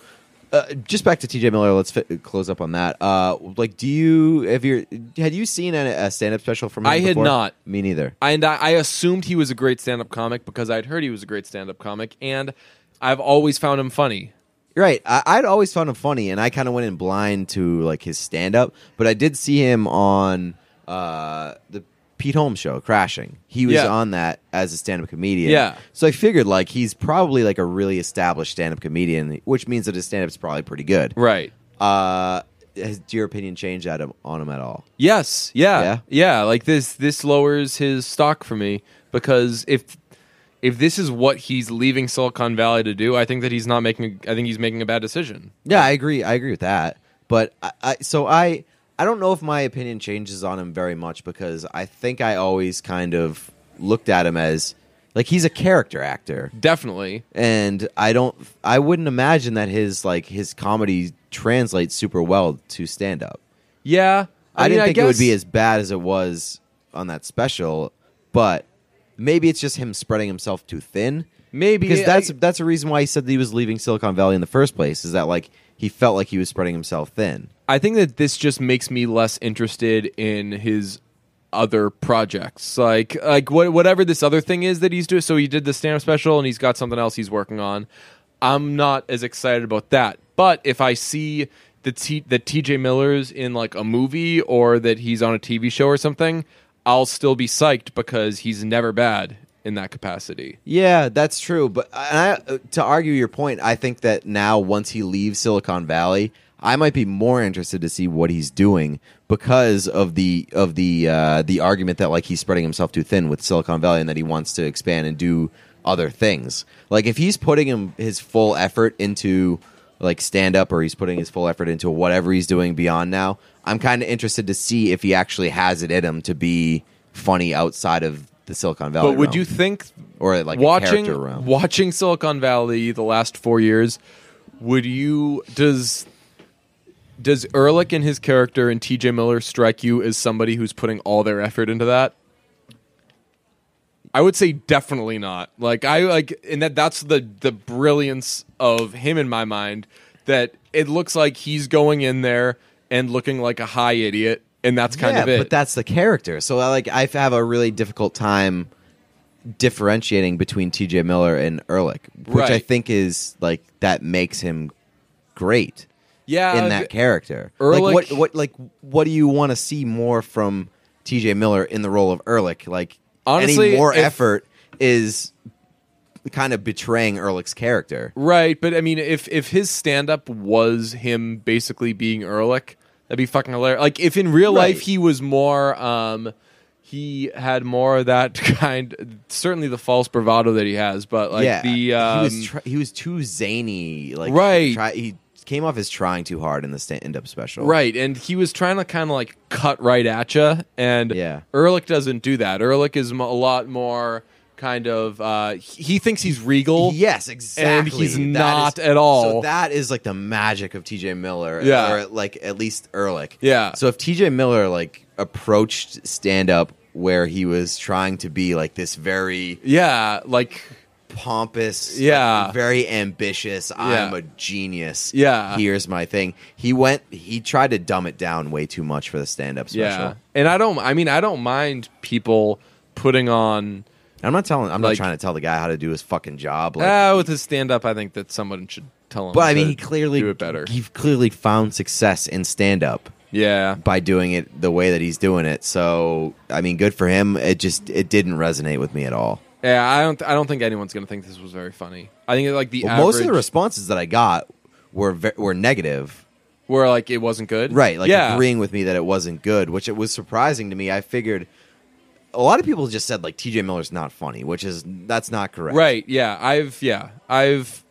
uh, just back to TJ Miller. Let's fi- close up on that. Uh, like, do you have you had you seen a, a stand up special from? Him I had before? not. Me neither. and I, I assumed he was a great stand-up comic because I'd heard he was a great stand-up comic, and I've always found him funny. Right. I, I'd always found him funny, and I kind of went in blind to like his stand up, but I did see him on uh, the Pete Holmes show, Crashing. He was Yeah. on that as a stand up comedian. Yeah. So I figured like he's probably like a really established stand up comedian, which means that his stand up's probably pretty good. Right. Uh, has your opinion changed at him, on him at all? Yes. Yeah. Yeah? Yeah. Like this. This lowers his stock for me because if if this is what he's leaving Silicon Valley to do, I think that he's not making. I think he's making a bad decision. Yeah, I agree. I agree with that. But I, I so I I don't know if my opinion changes on him very much because I think I always kind of looked at him as like he's a character actor Definitely. and I don't I wouldn't imagine that his like his comedy translates super well to stand up. Yeah. I, mean, didn't think it would guess- be as bad as it was on that special, but maybe it's just him spreading himself too thin maybe because I- that's that's a reason why he said that he was leaving Silicon Valley in the first place is that like he felt like he was spreading himself thin. I think that this just makes me less interested in his other projects. Like like what whatever this other thing is that he's doing. So he did the stand up special and he's got something else he's working on. I'm not as excited about that. But if I see the T, that TJ Miller's in like a movie or that he's on a TV show or something, I'll still be psyched because he's never bad in that capacity. Yeah, that's true. But uh, and I, to argue your point, I think that now once he leaves Silicon Valley, I might be more interested to see what he's doing because of the of the uh, the argument that like he's spreading himself too thin with Silicon Valley and that he wants to expand and do other things. Like if he's putting him his full effort into like stand up or he's putting his full effort into whatever he's doing beyond now, I'm kind of interested to see if he actually has it in him to be funny outside of the Silicon Valley. But would realm you think or like a watching character realm. watching Silicon Valley the last four years, would you does does Ehrlich and his character and TJ Miller strike you as somebody who's putting all their effort into that? I would say definitely not. Like I like and that that's the the brilliance of him in my mind that it looks like he's going in there and looking like a high idiot and that's kind yeah, of it. but that's the character. So I like I have a really difficult time differentiating between T.J. Miller and Ehrlich, which I Right. think is like that makes him great yeah, uh, in that character. like Ehrlich- what what like what do you want to see more from T.J. Miller in the role of Ehrlich? Like Honestly, any more if- effort is kind of betraying Ehrlich's character. Right, but I mean, if if his stand up was him basically being Ehrlich, that'd be fucking hilarious. Like if in real Right. life he was more, um, he had more of that [laughs] kind. Certainly the false bravado that he has, but like yeah, the um, he was try he was too zany. Like Right. try- he came off as trying too hard in the stand up special. right, and he was trying to kind of like cut right at you, and Yeah. Ehrlich doesn't do that. Ehrlich is m- a lot more kind of uh, he, he thinks he's regal. Yes, exactly. he's That is- not at all. So that is like the magic of T.J. Miller, Yeah. or like at least Ehrlich. Yeah. So if T.J. Miller like approached stand up where he was trying to be like this very yeah, like pompous, Yeah. like, very ambitious. I'm Yeah. a genius. Yeah. here's my thing. He went. He tried to dumb it down way too much for the stand up special. yeah, and I don't. I mean, I don't mind people putting on. I'm not telling. I'm Like- not trying to tell the guy how to do his fucking job. Like, Ah, with his stand up, I think that someone should tell him. but I mean, to he clearly do it better. He clearly found success in stand up yeah, by doing it the way that he's doing it. So I mean, good for him. It just it didn't resonate with me at all. Yeah, I don't. I don't think anyone's gonna think this was very funny. I think like the Well, most of the average- responses that I got were ve- were negative, where like it wasn't good. right? Like yeah, agreeing with me that it wasn't good, which it was surprising to me. I figured a lot of people just said like T.J. Miller's not funny, which is that's not correct, right. Yeah, I've yeah, I've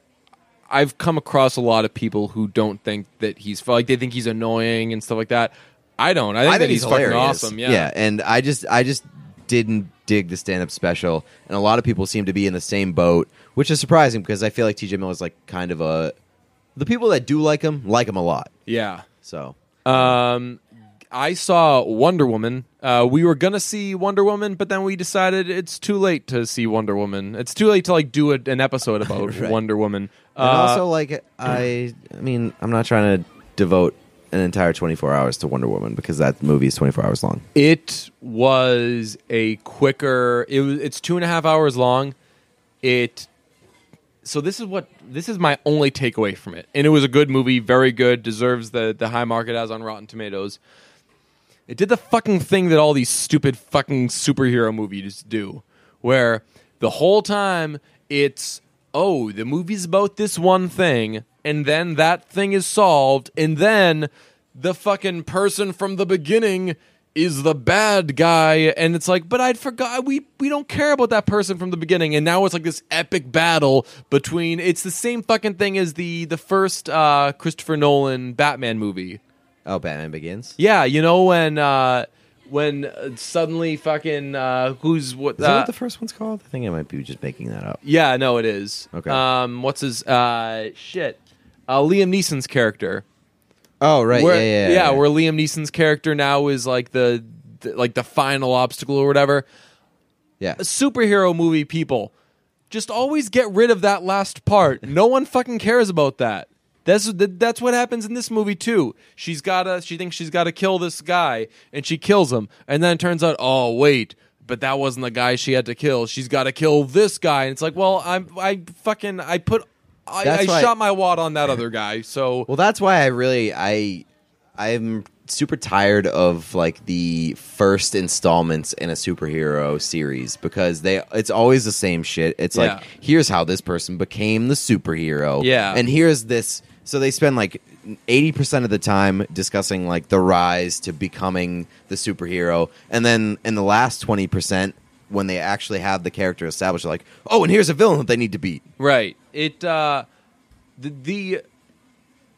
I've come across a lot of people who don't think that he's fu- like they think he's annoying and stuff like that. I don't. I think, I that think he's fucking hilarious. awesome. Yeah. and I just I just didn't dig the stand up special, and a lot of people seem to be in the same boat, which is surprising because I feel like T.J. Miller's like kind of a the people that do like him like him a lot. yeah. So Um, I saw Wonder Woman. Uh, we were gonna see Wonder Woman, but then we decided it's too late to see Wonder Woman. It's too late to like do a, an episode about [laughs] Right. Wonder Woman. And Uh, also, like, I, I mean, I'm not trying to devote an entire 24 hours to Wonder Woman because that movie is 24 hours long. It was a quicker. It was. It's two and a half hours long. It. So this is what this is my only takeaway from it, and it was a good movie, very good, deserves the the high mark it has on Rotten Tomatoes. It did the fucking thing that all these stupid fucking superhero movies do, where the whole time it's, oh, the movie's about this one thing, and then that thing is solved, and then the fucking person from the beginning is the bad guy and it's like but i'd forgot we we don't care about that person from the beginning and now it's like this epic battle between it's the same fucking thing as the the first uh christopher nolan batman movie Oh, Batman Begins? yeah, you know when uh when uh, suddenly fucking uh who's what, Is that uh, what the first one's called? I think I might be just making that up. Yeah, no it is. Okay. Um what's his uh shit. Uh Liam Neeson's character. Oh, right. Where- yeah, yeah, where Liam Neeson's character now is like the, the like the final obstacle or whatever. yeah. Superhero movie people just always get rid of that last part. No one fucking cares about that. That's that- that's what happens in this movie too. She's gotta she thinks she's gotta kill this guy and she kills him and then it turns out oh wait but that wasn't the guy she had to kill. She's gotta kill this guy and it's like well I'm I fucking I put I, That's I why- shot my wad on that other guy so Well, that's why I really, I, I'm super tired of like the first installments in a superhero series because they, it's always the same shit. It's Yeah. like, here's how this person became the superhero. Yeah. And here's this. So they spend like 80% of the time discussing like the rise to becoming the superhero. And then in the last 20%, when they actually have the character established, they're like, oh, and here's a villain that they need to beat. Right. It uh the, the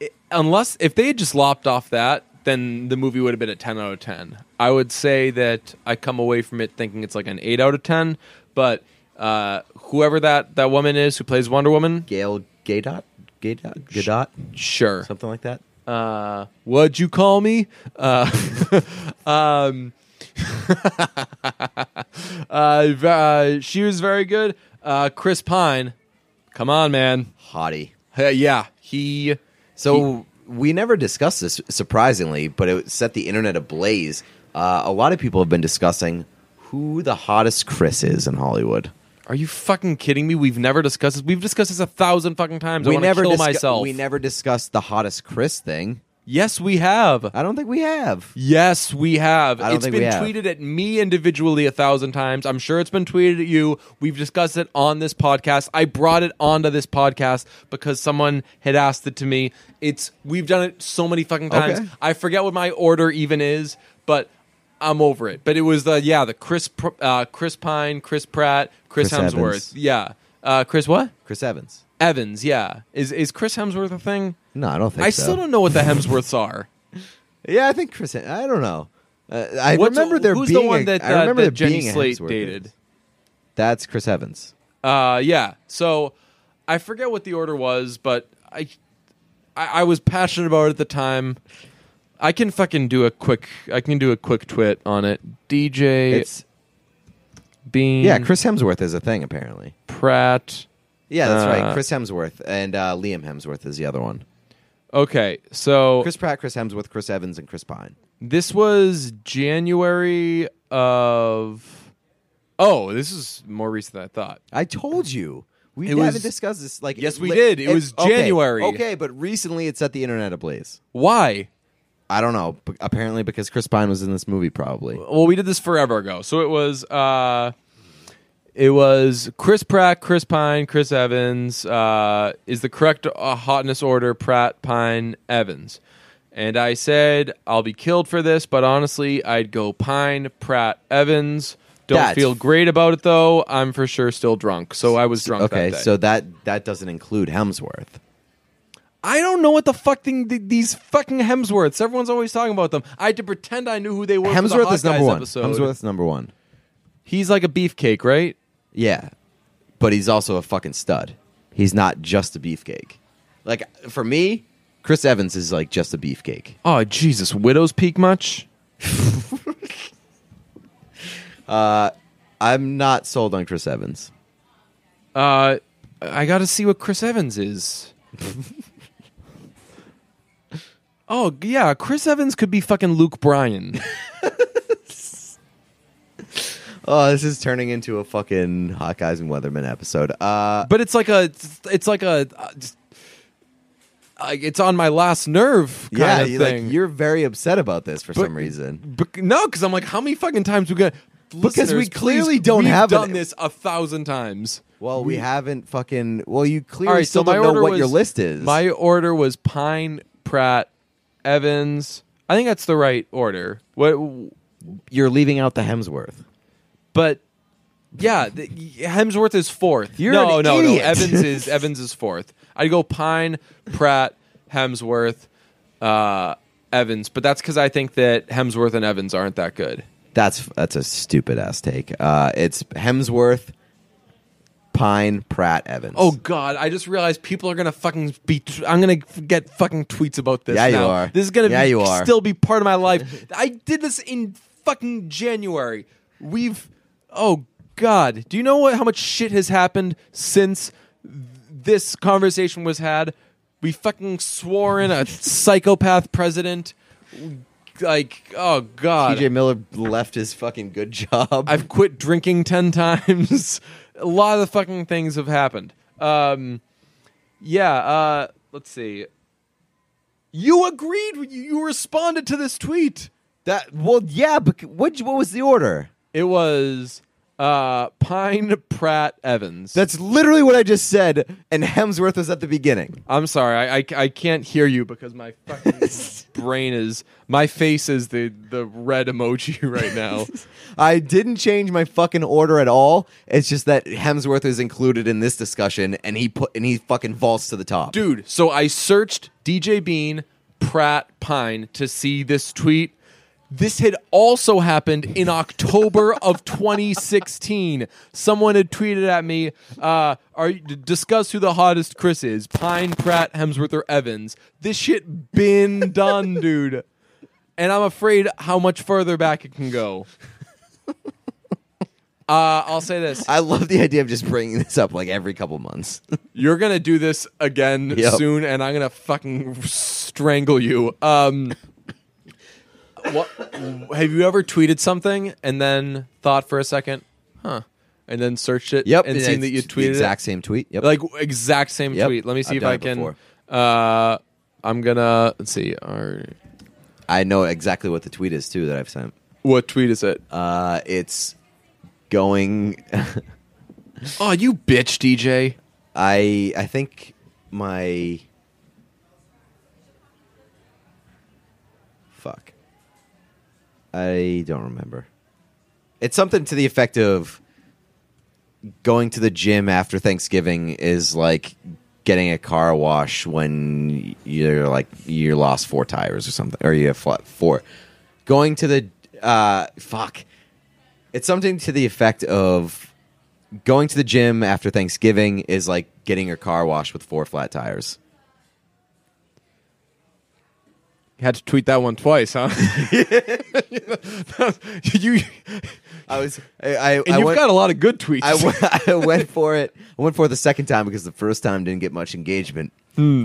it, unless if they had just lopped off that, then the movie would have been a 10 out of 10. I would say that I come away from it thinking it's like an 8 out of 10, but uh whoever that that woman is who plays Wonder Woman, Gail Gadot? Gadot? Gadot? sure. Something like that? Uh what'd you call me? Uh [laughs] um [laughs] uh, v- uh she was very good. Uh Chris Pine. Come on, man. Hottie. Uh, yeah, he So we never discussed this, surprisingly, but it set the internet ablaze. Uh, a lot of people have been discussing who the hottest Chris is in Hollywood. Are you fucking kidding me? We've never discussed this. We've discussed this a thousand fucking times. I we want never to kill discu- myself. We never discussed the hottest Chris thing. Yes, we have. I don't think we have. Yes, we have. I don't It's think been we have. tweeted at me individually a thousand times. I'm sure it's been tweeted at you. We've discussed it on this podcast. I brought it onto this podcast because someone had asked it to me. It's we've done it so many fucking times. Okay. I forget what my order even is, but I'm over it. But it was the yeah the Chris Pr- uh, Chris Pine, Chris Pratt, Chris, Chris Hemsworth. Evans. Yeah, uh, Chris what? Chris Evans. Evans, yeah. Is is Chris Hemsworth a thing? No, I don't think I so. still don't know what the Hemsworths are. Yeah, I think Chris. I don't know. Uh, [laughs] I What's- remember there who's being. the one a- that, I remember uh, there that Jenny being a Slate Hemsworth. dated? That's Chris Evans. Uh, yeah. So I forget what the order was, but I, I I was passionate about it at the time. I can fucking do a quick. I can do a quick twit on it. DJ It's Bean. yeah, Chris Hemsworth is a thing apparently. Pratt. Yeah, that's Uh, right. Chris Hemsworth and uh, Liam Hemsworth is the other one. Okay, so Chris Pratt, Chris Hemsworth, Chris Evans, and Chris Pine. this was January of. Oh, this is more recent than I thought. I told you. It We haven't was- discussed this. Like, Yes, we did. It was okay, January. Okay, but recently it set the internet ablaze. Why? I don't know. b- apparently, because Chris Pine was in this movie, probably. well we did this forever ago so it was uh It was Chris Pratt, Chris Pine, Chris Evans uh, is the correct uh, hotness order Pratt, Pine, Evans. And I said, I'll be killed for this, but honestly, I'd go Pine, Pratt, Evans. Don't That's- feel great about it though. I'm for sure still drunk. So I was drunk Okay, that day. so that that doesn't include Hemsworth. I don't know what the fuck thing, th- these fucking Hemsworths. Everyone's always talking about them. I had to pretend I knew who they were. for the Hemsworth Hot is number Guys one. Episode. Hemsworth's number one. He's like a beefcake, right? Yeah, but he's also a fucking stud. He's not just a beefcake. Like for me, Chris Evans is like just a beefcake. Oh Jesus, Widow's Peak much? I'm not sold on Chris Evans. Uh, I got to see what Chris Evans is. [laughs] oh g- yeah, Chris Evans could be fucking Luke [laughs] Bryan. Oh, this is turning into a fucking Hot Guys and Weathermen episode. Uh, but it's like a, it's, it's like a, uh, just- like it's on my last nerve kind yeah, of you, thing. like you're very upset about this for some But- reason. Bec- no, because I'm like, how many fucking times we gonna? Because we Listeners, clearly please, don't we've have an- done this a thousand times. Well, we haven't fucking. Well, you clearly All right, still so my don't know order what was, your list is. My order was Pine, Pratt, Evans. I think that's the right order. What? you're leaving out the Hemsworth. But yeah, the, Hemsworth is fourth. You're no, an no, no. idiot. Evans [laughs] is Evans is fourth. I'd go Pine, Pratt, Hemsworth, uh, Evans. But that's because I think that Hemsworth and Evans aren't that good. That's that's a stupid ass take. Uh, it's Hemsworth, Pine, Pratt, Evans. Oh God! I just realized people are gonna fucking be. T- I'm gonna f- get fucking tweets about this. Yeah, you now. are. This is gonna Yeah, be, you are. still be part of my life. [laughs] I did this in fucking January. We've. Oh God! Do you know what? How much shit has happened since th- this conversation was had? We fucking swore [laughs] in a psychopath president. Like, oh God! TJ Miller left his fucking good job. I've quit drinking 10 [laughs] times. a lot of the fucking things have happened. Um, yeah, uh, let's see. You agreed. with- You you responded to this tweet. that well, yeah. But what what was the order? It was uh, Pine Pratt Evans. That's literally what I just said. And Hemsworth was at the beginning. I'm sorry. I, I, I can't hear you because my fucking brain is. My face is the, the red emoji [laughs] right now. [laughs] I didn't change my fucking order at all. It's just that Hemsworth is included in this discussion, and he put and he fucking vaults to the top. dude. So I searched DJ Bean Pratt Pine to see this tweet. This had also happened in October of [laughs] 2016. Someone had tweeted at me, uh, "Are you- discuss who the hottest Chris is: Pine, Pratt, Hemsworth, or Evans." This shit been done, dude. And I'm afraid how much further back it can go. Uh, I'll say this: I love the idea of just bringing this up like every couple [laughs] months. You're gonna do this again Yep. soon, and I'm gonna fucking strangle you. Um, what have you ever tweeted something and then thought for a second, huh, and then searched it? and seen that you it's the tweeted exact same tweet. Yep. it? like exact same Yep. tweet. Let me see I've if done I it can. before. Uh, I'm gonna let's see. Our, I know exactly what the tweet is too that I've sent. what tweet is it? Uh, it's going. oh, you bitch, DJ. I I think my fuck. I don't remember. It's something to the effect of going to the gym after Thanksgiving is like getting a car wash when you're like you lost four tires or something, or you have flat four. Going to the uh, fuck. It's something to the effect of going to the gym after Thanksgiving is like getting your car washed with four flat tires. You had to tweet that one twice, [laughs] huh? [laughs] you I was I I, and I you've went, got a lot of good tweets. I went, [laughs] I went for it. I went for it the second time because the first time didn't get much engagement.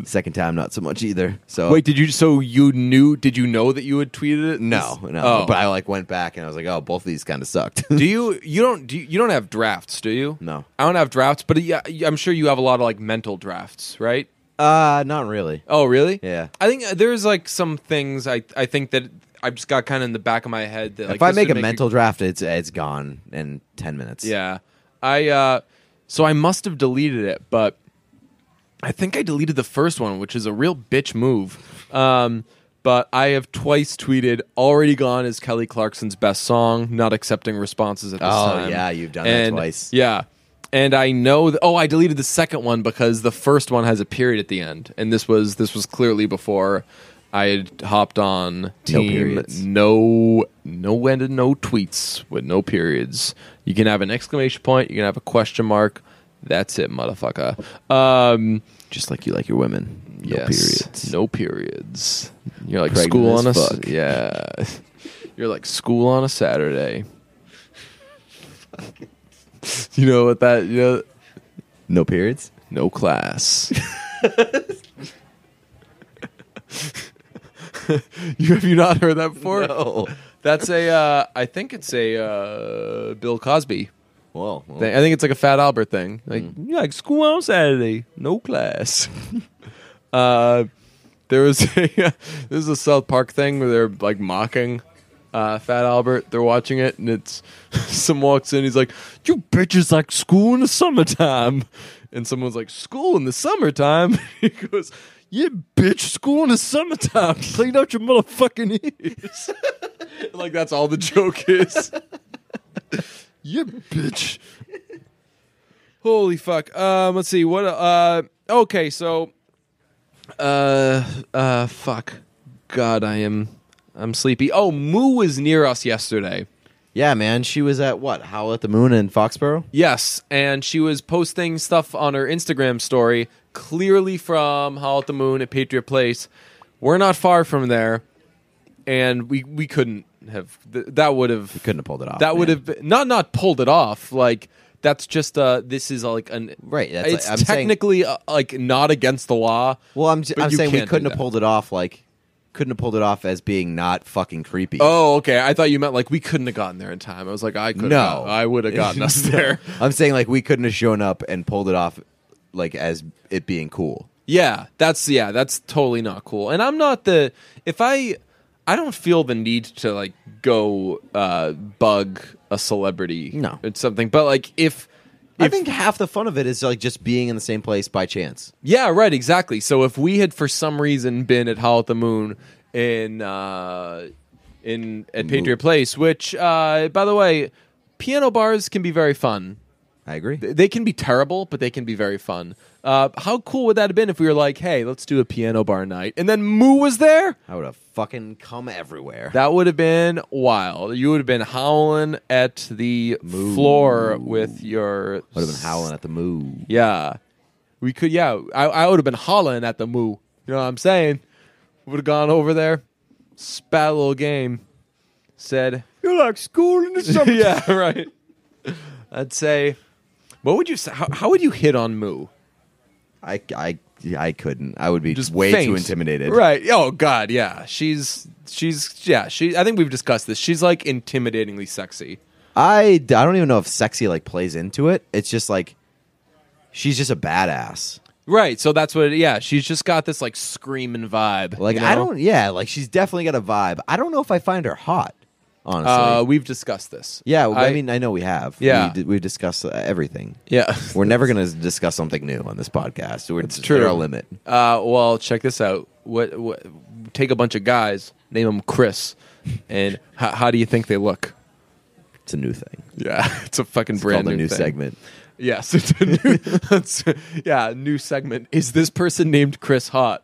Second time, not so much either. So Hmm. Wait, did you? So you knew? Did you know that you had tweeted it? no, no. Oh. But I like went back and I was like, oh, both of these kind of sucked. [laughs] do you? You don't? Do you, you don't have drafts? Do you? No. I don't have drafts. But yeah, I'm sure you have a lot of like mental drafts, right? uh, not really. Oh, really? Yeah. I think uh, there's like some things I I think that I've just got kind of in the back of my head that like, if I this make a would mental draft, it's it's gone in ten minutes. yeah. I uh, so I must have deleted it, but I think I deleted the first one, which is a real bitch move. Um, but I have twice tweeted, "Already gone" is Kelly Clarkson's best song. Not accepting responses at this Oh, time. yeah, you've done that and, twice. Yeah, and I know. Th- oh, I deleted the second one because the first one has a period at the end, and this was this was clearly before I had hopped on team. periods. no, no end, and no tweets with no periods. You can have an exclamation point. You can have a question mark. That's it, motherfucker. Um, Just like you like your women. No Yes. periods. No periods. You're like Pregnant school as on a s- fuck. [laughs] yeah. You're like school on a [laughs] Saturday. you know what that? You know, No periods? no class. you have you not heard that before? No. That's a. Uh, I think it's a uh, Bill Cosby. Whoa. well, Thing. I think it's like a Fat Albert thing. Like, you like school on Saturday, no class. [laughs] uh, there was [laughs] a, this is a South Park thing where they're like mocking uh, Fat Albert. They're watching it, and it's [laughs] some walks in. He's like, "You bitches like school in the summertime," and someone's like, "School in the summertime." [laughs] he goes. Yeah, bitch, school in the summertime. [laughs] Clean out your motherfucking ears. [laughs] like, that's all the joke is. [laughs] You bitch. Holy fuck. Um, let's see. What? Uh, okay. So, uh, uh, fuck. God, I am. I'm sleepy. Oh, Moo was near us yesterday. Yeah, man. She was at what? Howl at the Moon in Foxborough? Yes, and she was posting stuff on her Instagram story, clearly from Howl at the Moon at Patriot Place. We're not far from there, and we we couldn't have. Th- that would have Couldn't have pulled it off. that would man. have been- not not pulled it off like that's just uh this is like an Right, that's- it's I'm saying- technically uh, like not against the law Well, I'm, j- But I'm you saying we can't do couldn't that. have pulled it off like couldn't have pulled it off as being not fucking creepy. [laughs] oh okay i thought you meant like we couldn't have gotten there in time i was like i could no, i would [laughs] have gotten us No. there I'm saying like we couldn't have shown up and pulled it off like as it being cool. yeah that's yeah that's totally not cool and i'm not the if i i don't feel the need to like go uh bug a celebrity No. it's something but like if I if- think half the fun of it is like just being in the same place by chance. Yeah, right, exactly. So if we had for some reason been at Howl at the Moon in uh in at Patriot Place, which uh by the way, piano bars can be very fun. I agree. Th- They can be terrible, but they can be very fun. Uh how cool would that have been if we were like, "Hey, let's do a piano bar night." And then Moo was there? I would have fucking come everywhere. That would have been wild. You would have been howling at the floor with your would have been howling at the moon. yeah. We could, yeah. I, I would have been hollering at the moo. You know what I'm saying? Would have gone over there, spat a little game, said, You're like school [laughs] in the Yeah, right. I'd say, what would you say? How, how would you hit on moo? I, I, I couldn't. I would be Just way faint. too intimidated. Right. Oh, God. Yeah. She's, she's, yeah. She, I think we've discussed this. She's like intimidatingly sexy. I, I don't even know if sexy like plays into it. It's just like she's just a badass. Right. So that's what, yeah. She's just got this like screaming vibe. Like you know? I don't, yeah, like she's definitely got a vibe. I don't know if I find her hot, honestly. uh, we've discussed this. yeah, I, mean, I know we have. Yeah. we, d- we discussed uh, everything. yeah. We're never going to discuss something new on this podcast. We're it's true. Our limit. Uh, well, check this out. What, what? Take a bunch of guys, name them Chris, and h- how do you think they look? It's a new thing. Yeah, [laughs] it's a fucking It's brand called a new thing. segment. Yes, it's a new. [laughs] that's- yeah, new segment. Is this person named Chris hot?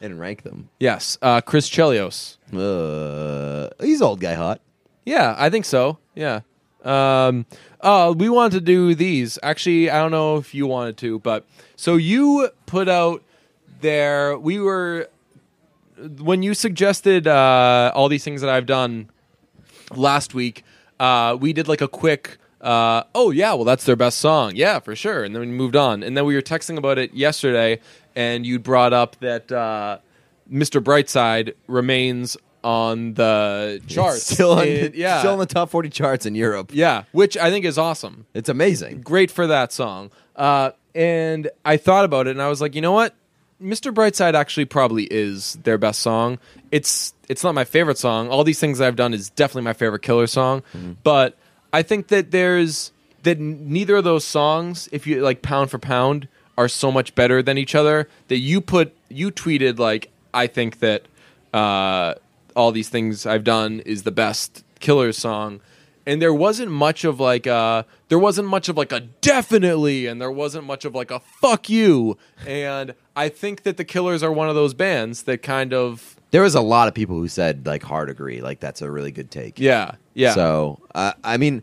And rank them. Yes, uh, Chris Chelios. Uh, he's old guy hot. Yeah, I think so. Yeah. Um, uh, we wanted to do these. Actually, I don't know if you wanted to, but so you put out there. We were when you suggested uh, all these things that I've done last week. Uh, we did like a quick. Uh, oh yeah, well that's their best song. Yeah, for sure. And then we moved on. And then we were texting about it yesterday, and you brought up that uh, Mr. Brightside remains on the charts. Still on, It- yeah, still on the top 40 charts in Europe. yeah, which I think is awesome. It's amazing. Great for that song. Uh, and I thought about it, and I was like, you know what? Mr. Brightside actually probably is their best song. It's it's not my favorite song. All these things I've done is definitely my favorite Killer song. But I think that there's that n- neither of those songs, if you like pound for pound, are so much better than each other that you put you tweeted like I think that uh, all these things I've done is the best Killers song, and there wasn't much of like a there wasn't much of like a definitely, and there wasn't much of like a fuck you, and I think that the Killers are one of those bands that kind of There was a lot of people who said like hard agree, like that's a really good take. yeah yeah So uh, I mean,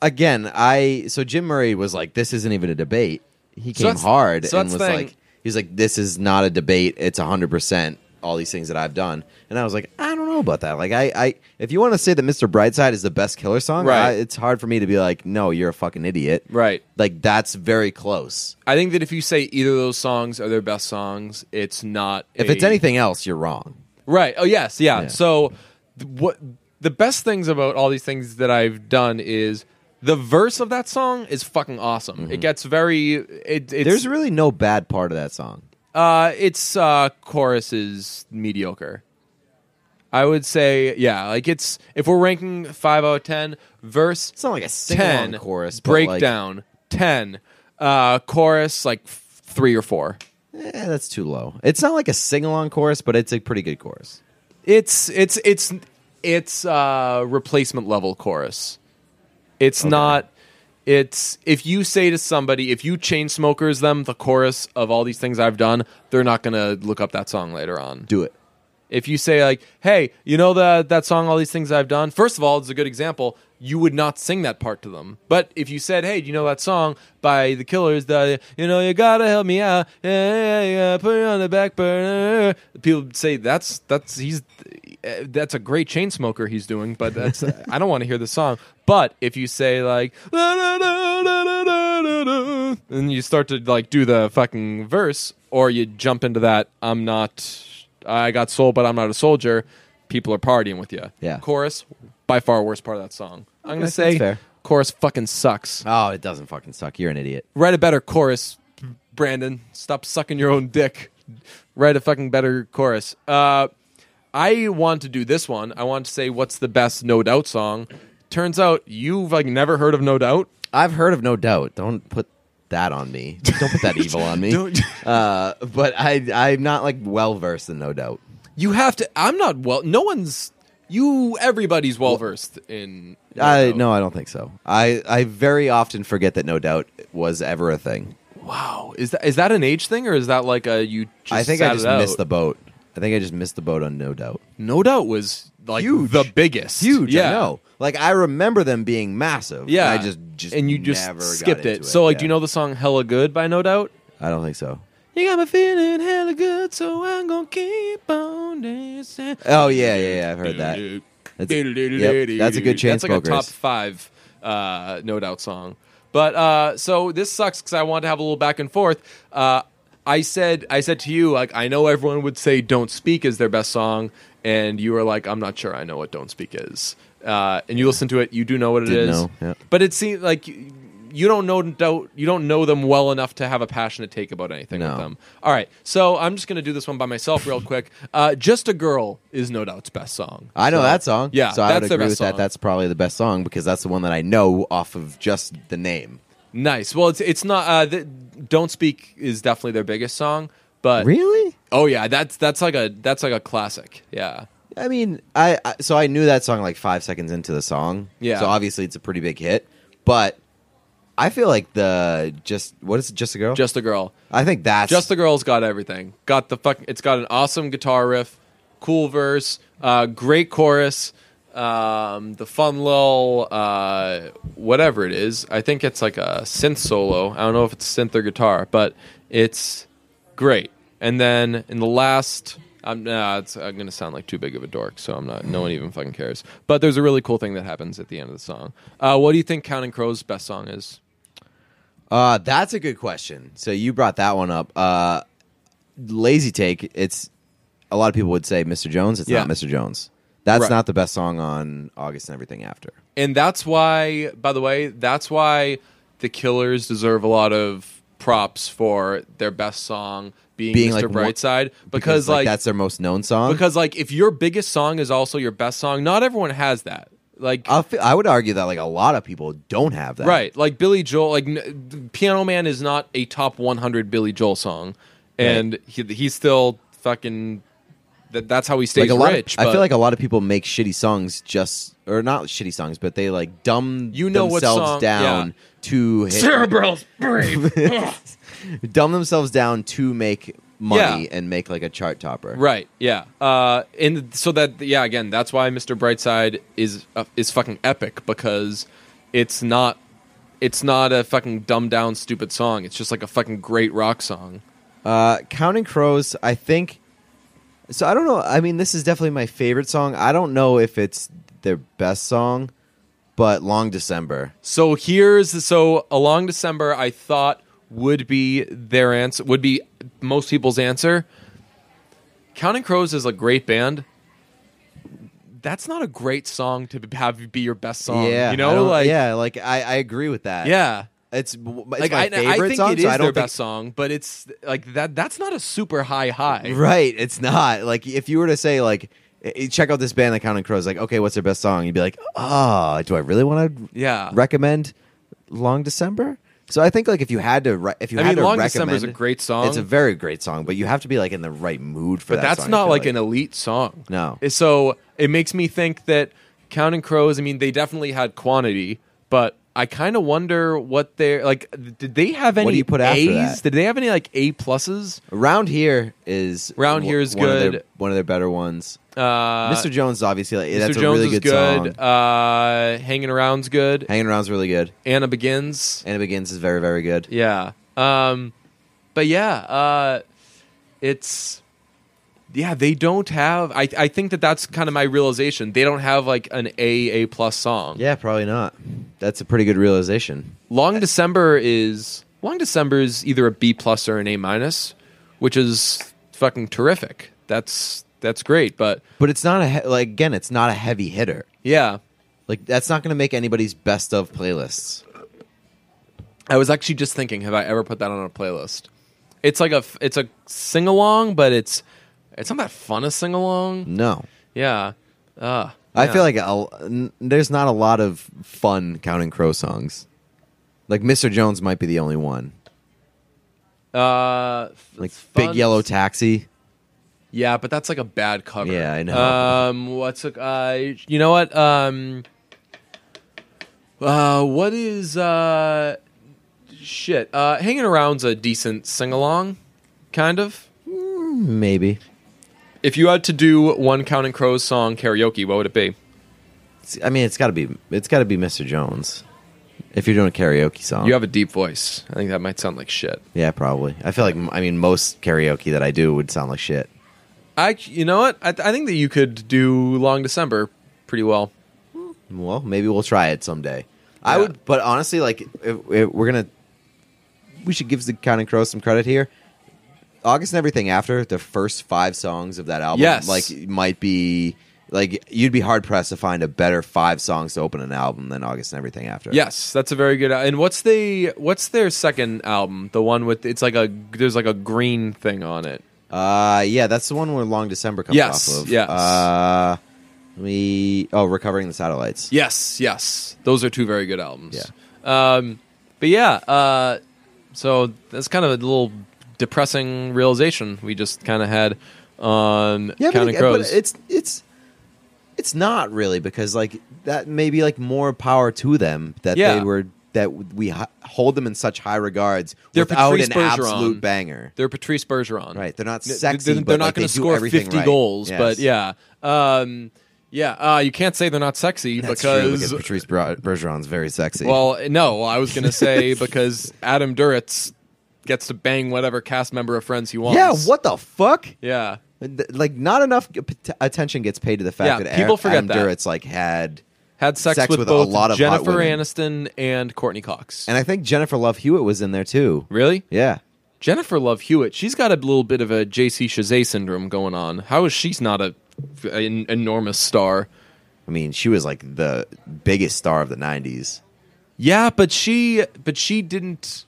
again, I so Jim Murray was like, this isn't even a debate. He So came that's- hard so and that's was the thing. like, he's like, this is not a debate. It's hundred percent all these things that I've done. And I was like, I don't know about that. Like I, I if you want to say that Mr. Brightside is the best killer song, Right. I- it's hard for me to be like, no, you're a fucking idiot. right. Like that's very close. I think that if you say either of those songs are their best songs, it's not. If a- it's anything else, you're wrong. right? Oh yes, yeah. Yeah. So, th- what the best things about all these things that I've done is the verse of that song is fucking awesome. It gets very. It, it's Mm-hmm. There's really no bad part of that song. uh, it's uh, chorus is mediocre. I would say yeah. Like it's if we're ranking five out of ten, verse It's not like a single ten, chorus but, like, breakdown ten, uh, chorus like f- three or four. Eh, that's too low. It's not like a sing along chorus, but it's a pretty good chorus. It's it's it's it's uh replacement level chorus. It's not it's if you say to somebody if you chain smokers them the chorus of all these things I've done, they're not going to look up that song later on. Do it. If you say like, "Hey, you know that that song all these things I've done?" First of all, it's a good example. You would not sing that part to them. But if you said, "Hey, do you know that song by the Killers? The you know you gotta help me out, yeah, yeah, yeah, put it on the back burner," people would say that's that's he's uh, that's a great chain smoker he's doing. But that's I don't want to hear the song. But if you say like, "La, la, la, la, la, la, la, la," and you start to like do the fucking verse, or you jump into that, I'm not I got sold, but I'm not a soldier. People are partying with you. Yeah. Chorus, by far worst part of that song. I'm gonna that's say fair. chorus fucking sucks. Oh, it doesn't fucking suck. You're an idiot. Write a better chorus, Brandon. Stop sucking your own dick. Write a fucking better chorus. Uh, I want to do this one. I want to say what's the best No Doubt song. Turns out you've like never heard of No Doubt. I've heard of No Doubt. Don't put that on me. Don't [laughs] put that evil on me. Don't- Uh, but I, I'm not like well versed in No Doubt. You have to. I'm not well. No one's. You. Everybody's well versed in. No I Doubt. no, I don't think so. I, I very often forget that No Doubt was ever a thing. Wow, is that is that an age thing or is that like a you? Just I think sat I it just out? missed the boat. I think I just missed the boat on No Doubt. No doubt was like Huge. the biggest, Huge, Yeah, I know. Like I remember them being massive. yeah. and I just just and you just never got skipped into it. So like, do you Yeah. know the song "Hella Good" by No Doubt? I don't think so. You got me feeling hella good, so I'm gonna keep on dancing. Oh yeah, yeah, yeah. I've heard that. That's, yep, that's a good chance. That's like a top five uh, No Doubt song. But uh, so this sucks because I want to have a little back and forth. Uh, I said I said to you like I know everyone would say "Don't Speak" is their best song, and you were like I'm not sure I know what "Don't Speak" is. Uh, and you listen to it, you do know what it is. Did know, yeah. But it seems like you you don't know doubt you don't know them well enough to have a passionate take about anything with No. them. All right, so I'm just gonna do this one by myself real quick. Uh, "Just a Girl" is No Doubt's best song. I know So- that song. Yeah, so I that's would their agree best with song. that. That's probably the best song because that's the one that I know off of just the name. Nice. Well, it's it's not. Uh, th- Don't speak is definitely their biggest song, but Really? oh yeah, that's that's like a that's like a classic. Yeah, I mean, I, I so I knew that song like five seconds into the song. Yeah. So obviously it's a pretty big hit, but I feel like the just what is it? Just a girl. just a girl. I think that's Just the girl's got everything. Got the fuck. It's got an awesome guitar riff, cool verse, uh, great chorus, um, the fun little uh, whatever it is. I think it's like a synth solo. I don't know if it's synth or guitar, but it's great. And then in the last, I'm nah, it's, I'm gonna sound like too big of a dork, so I'm not. No one even fucking cares. But there's a really cool thing that happens at the end of the song. Uh, what do you think Counting Crows' best song is? Uh, that's a good question. So you brought that one up. Uh, lazy take. It's a lot of people would say Mr. Jones. It's Yeah. not Mr. Jones. That's Right. not the best song on August and everything after. and that's why by the way that's why the killers deserve a lot of props for their best song being, Being, mr like, one- brightside because, like, that's their most known song. because like if your biggest song is also your best song not everyone has that Like I feel, I would argue that like a lot of people don't have that. Right. Like Billy Joel, like n- Piano Man is not a top 100 Billy Joel song, and he, he's still fucking. That, that's how he stays Like a lot. of- rich. I but feel like a lot of people make shitty songs just or not shitty songs, but they like dumb You know what themselves song- down yeah. [laughs] to hit, Cerebral's brave. [laughs] dumb themselves down to make money Yeah. and make like a chart topper. right. Yeah. Uh, and so that yeah, again, that's why Mr. Brightside is uh, is fucking epic because it's not it's not a fucking dumbed down stupid song. It's just like a fucking great rock song. Uh, Counting Crows, I think. So I don't know. I mean, this is definitely my favorite song. I don't know if it's their best song, but Long December. So here's so along December I thought would be their answer would be most people's answer. Counting Crows is a great band. That's not a great song to have be your best song. yeah, you I know, don't- like yeah, like I, I agree with that. yeah. it's, it's Like my I, I favorite think song. it is so I don't their think best song, but it's like that. That's not a super high high. Right, it's not. Like if you were to say like i- i- check out this band the Counting Crows, like, okay, what's their best song? You'd be like, "Ah, do I really want to Yeah, recommend Long December?" So I think like if you had to re- if you I had mean, to Long recommend December is a great song. It's a very great song, but you have to be like in the right mood for but that that's song, I not feel like, an elite song. No. So it makes me think that Counting Crows. I mean, they definitely had quantity, but I kind of wonder what they're like. Did they have any do you put after A's? that? Did they have any like A pluses? Round Here is Round Here is one Of their, good. one of their better ones. Uh, Mr. Jones obviously like, Mr. that's Jones a really is good, good. song. Uh, Hanging Around's good. Hanging Around's really good. Anna Begins. And it begins is very very good. Yeah. Um, but yeah, uh, it's yeah they don't have. I I think that that's kind of my realization. They don't have like an A A plus song. Yeah, probably not. That's a pretty good realization. Long December is Long December is either a B plus or an A minus, which is fucking terrific. That's that's great, but But it's not a he- like again, it's not a heavy hitter. yeah, Like that's not going to make anybody's best of playlists. I was actually just thinking, have I ever put that on a playlist? It's like a f- it's a sing along, but it's it's not that fun a sing along. No. Yeah, uh, Mm. I yeah. feel like a, n- there's not a lot of fun Counting Crow songs. Like Mr. Jones might be the only one. uh, f- Like it's Big fun. Yellow Taxi. Yeah, but that's like a bad cover. Yeah, I know. Um, what's a, uh, you know what? Um, uh, what is uh, shit? Uh, hanging around's a decent sing along, kind of. Maybe. If you had to do one Counting Crows song karaoke, what would it be? It's- I mean, it's got to be it's got to be Mr. Jones. If you're doing a karaoke song. You have a deep voice. I think that might sound like shit. yeah, probably. I feel like I mean most karaoke that I do would sound like shit. I, you know what? I, I think that you could do Long December pretty well. Well, maybe we'll try it someday. I Yeah. would, but honestly, like if, if we're gonna, we should give the Counting Crows some credit here. August and everything after the first five songs of that album, Yes. like might be like you'd be hard pressed to find a better five songs to open an album than August and everything after. Yes, that's a very good. And what's the what's their second album? The one with it's like a there's like a green thing on it. uh, yeah, that's the one where Long December comes Yes, off of. yes. uh, we oh, recovering the satellites. Yes, yes, those are two very good albums. Yeah. Um, but yeah, uh, so that's kind of a little depressing realization we just kind of had on yeah, Counting but, Crows. but it's it's it's not really because like that may be like more power to them that Yeah. they were that we hi- hold them in such high regards They're without Patrice an Bergeron. absolute banger. they're Patrice Bergeron, Right, they're not Th- th- sexy, They're, but, not like, they going do to score everything fifty right. goals, Yes. but yeah, um, yeah. Uh, you can't say they're not sexy That's true, because, because Patrice Ber- Bergeron's very sexy. well, no, I was going to say because Adam Duritz gets to bang whatever cast member of Friends he wants. yeah, what the fuck? Yeah, Th- Like, not enough p- t- attention gets paid to the fact Yeah, that people Adam- forget Adam that. Duritz like had, had sex, Sex with, with a both lot of hot Jennifer women. Aniston and Courtney Cox. and I think Jennifer Love Hewitt was in there too. really? Yeah, Jennifer Love Hewitt, she's got a little bit of a JC Chazet syndrome going on. How is she's not a an enormous star? I mean, she was like the biggest star of the '90s. Yeah, but she but she didn't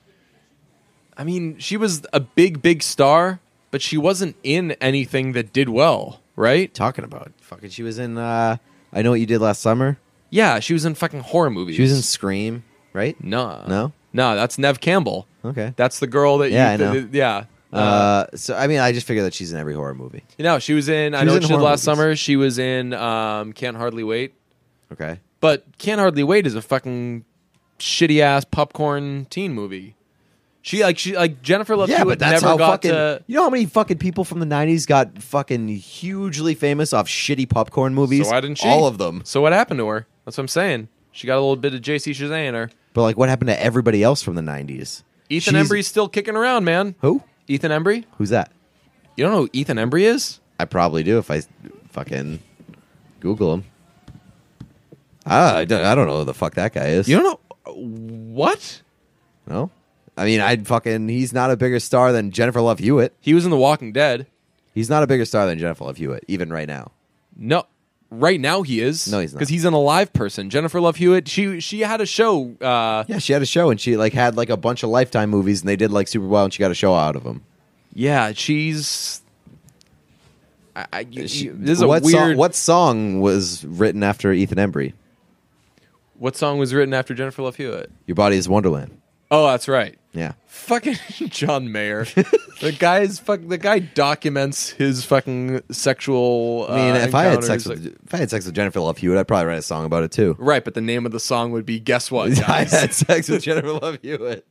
I mean, she was a big big star, but she wasn't in anything that did well, right? talking about? Fucking, she was in. Uh, I know what you did last summer. Yeah, she was in fucking horror movies. She was in Scream, right? No. No? No, that's Nev Campbell. Okay. That's the girl that Yeah, I you th- know. th- yeah. Uh, so I mean, I just figure that she's in every horror movie. you know, she was in I was know in what she did horror last movies. summer. She was in um, Can't Hardly Wait. Okay. But Can't Hardly Wait is a fucking shitty ass popcorn teen movie. She like she like Jennifer Love Yeah, Hewitt but that's never how got fucking. to You know how many fucking people from the '90s got fucking hugely famous off shitty popcorn movies? So why didn't she? All of them. So what happened to her? That's what I'm saying. She got a little bit of JC Chazay in her. But like, what happened to everybody else from the '90s? Ethan She's- Embry's still kicking around, man. Who? Ethan Embry? Who's that? You don't know who Ethan Embry is? I probably do if I fucking Google him. Ah, I don't, I don't know who the fuck that guy is. You don't know what? No. I mean, I'd fucking. He's not a bigger star than Jennifer Love Hewitt. He was in The Walking Dead. He's not a bigger star than Jennifer Love Hewitt, even right now. No, right now he is. No, he's not. because he's an alive person. Jennifer Love Hewitt. She she had a show. Uh, Yeah, she had a show and she like had like a bunch of Lifetime movies and they did like super well and she got a show out of them. yeah, she's. I, I, you- She- you- this is a what weird. Song, what song was written after Ethan Embry? what song was written after Jennifer Love Hewitt? Your body is Wonderland. Oh, that's right. Yeah. Fucking [laughs] John Mayer. [laughs] the guy's fuck. The guy documents his fucking sexual. I mean, uh, if I had encounters, sex like- with if I had sex with Jennifer Love Hewitt, I'd probably write a song about it too. right, but the name of the song would be "Guess What." [laughs] I Guys? had sex with Jennifer Love Hewitt.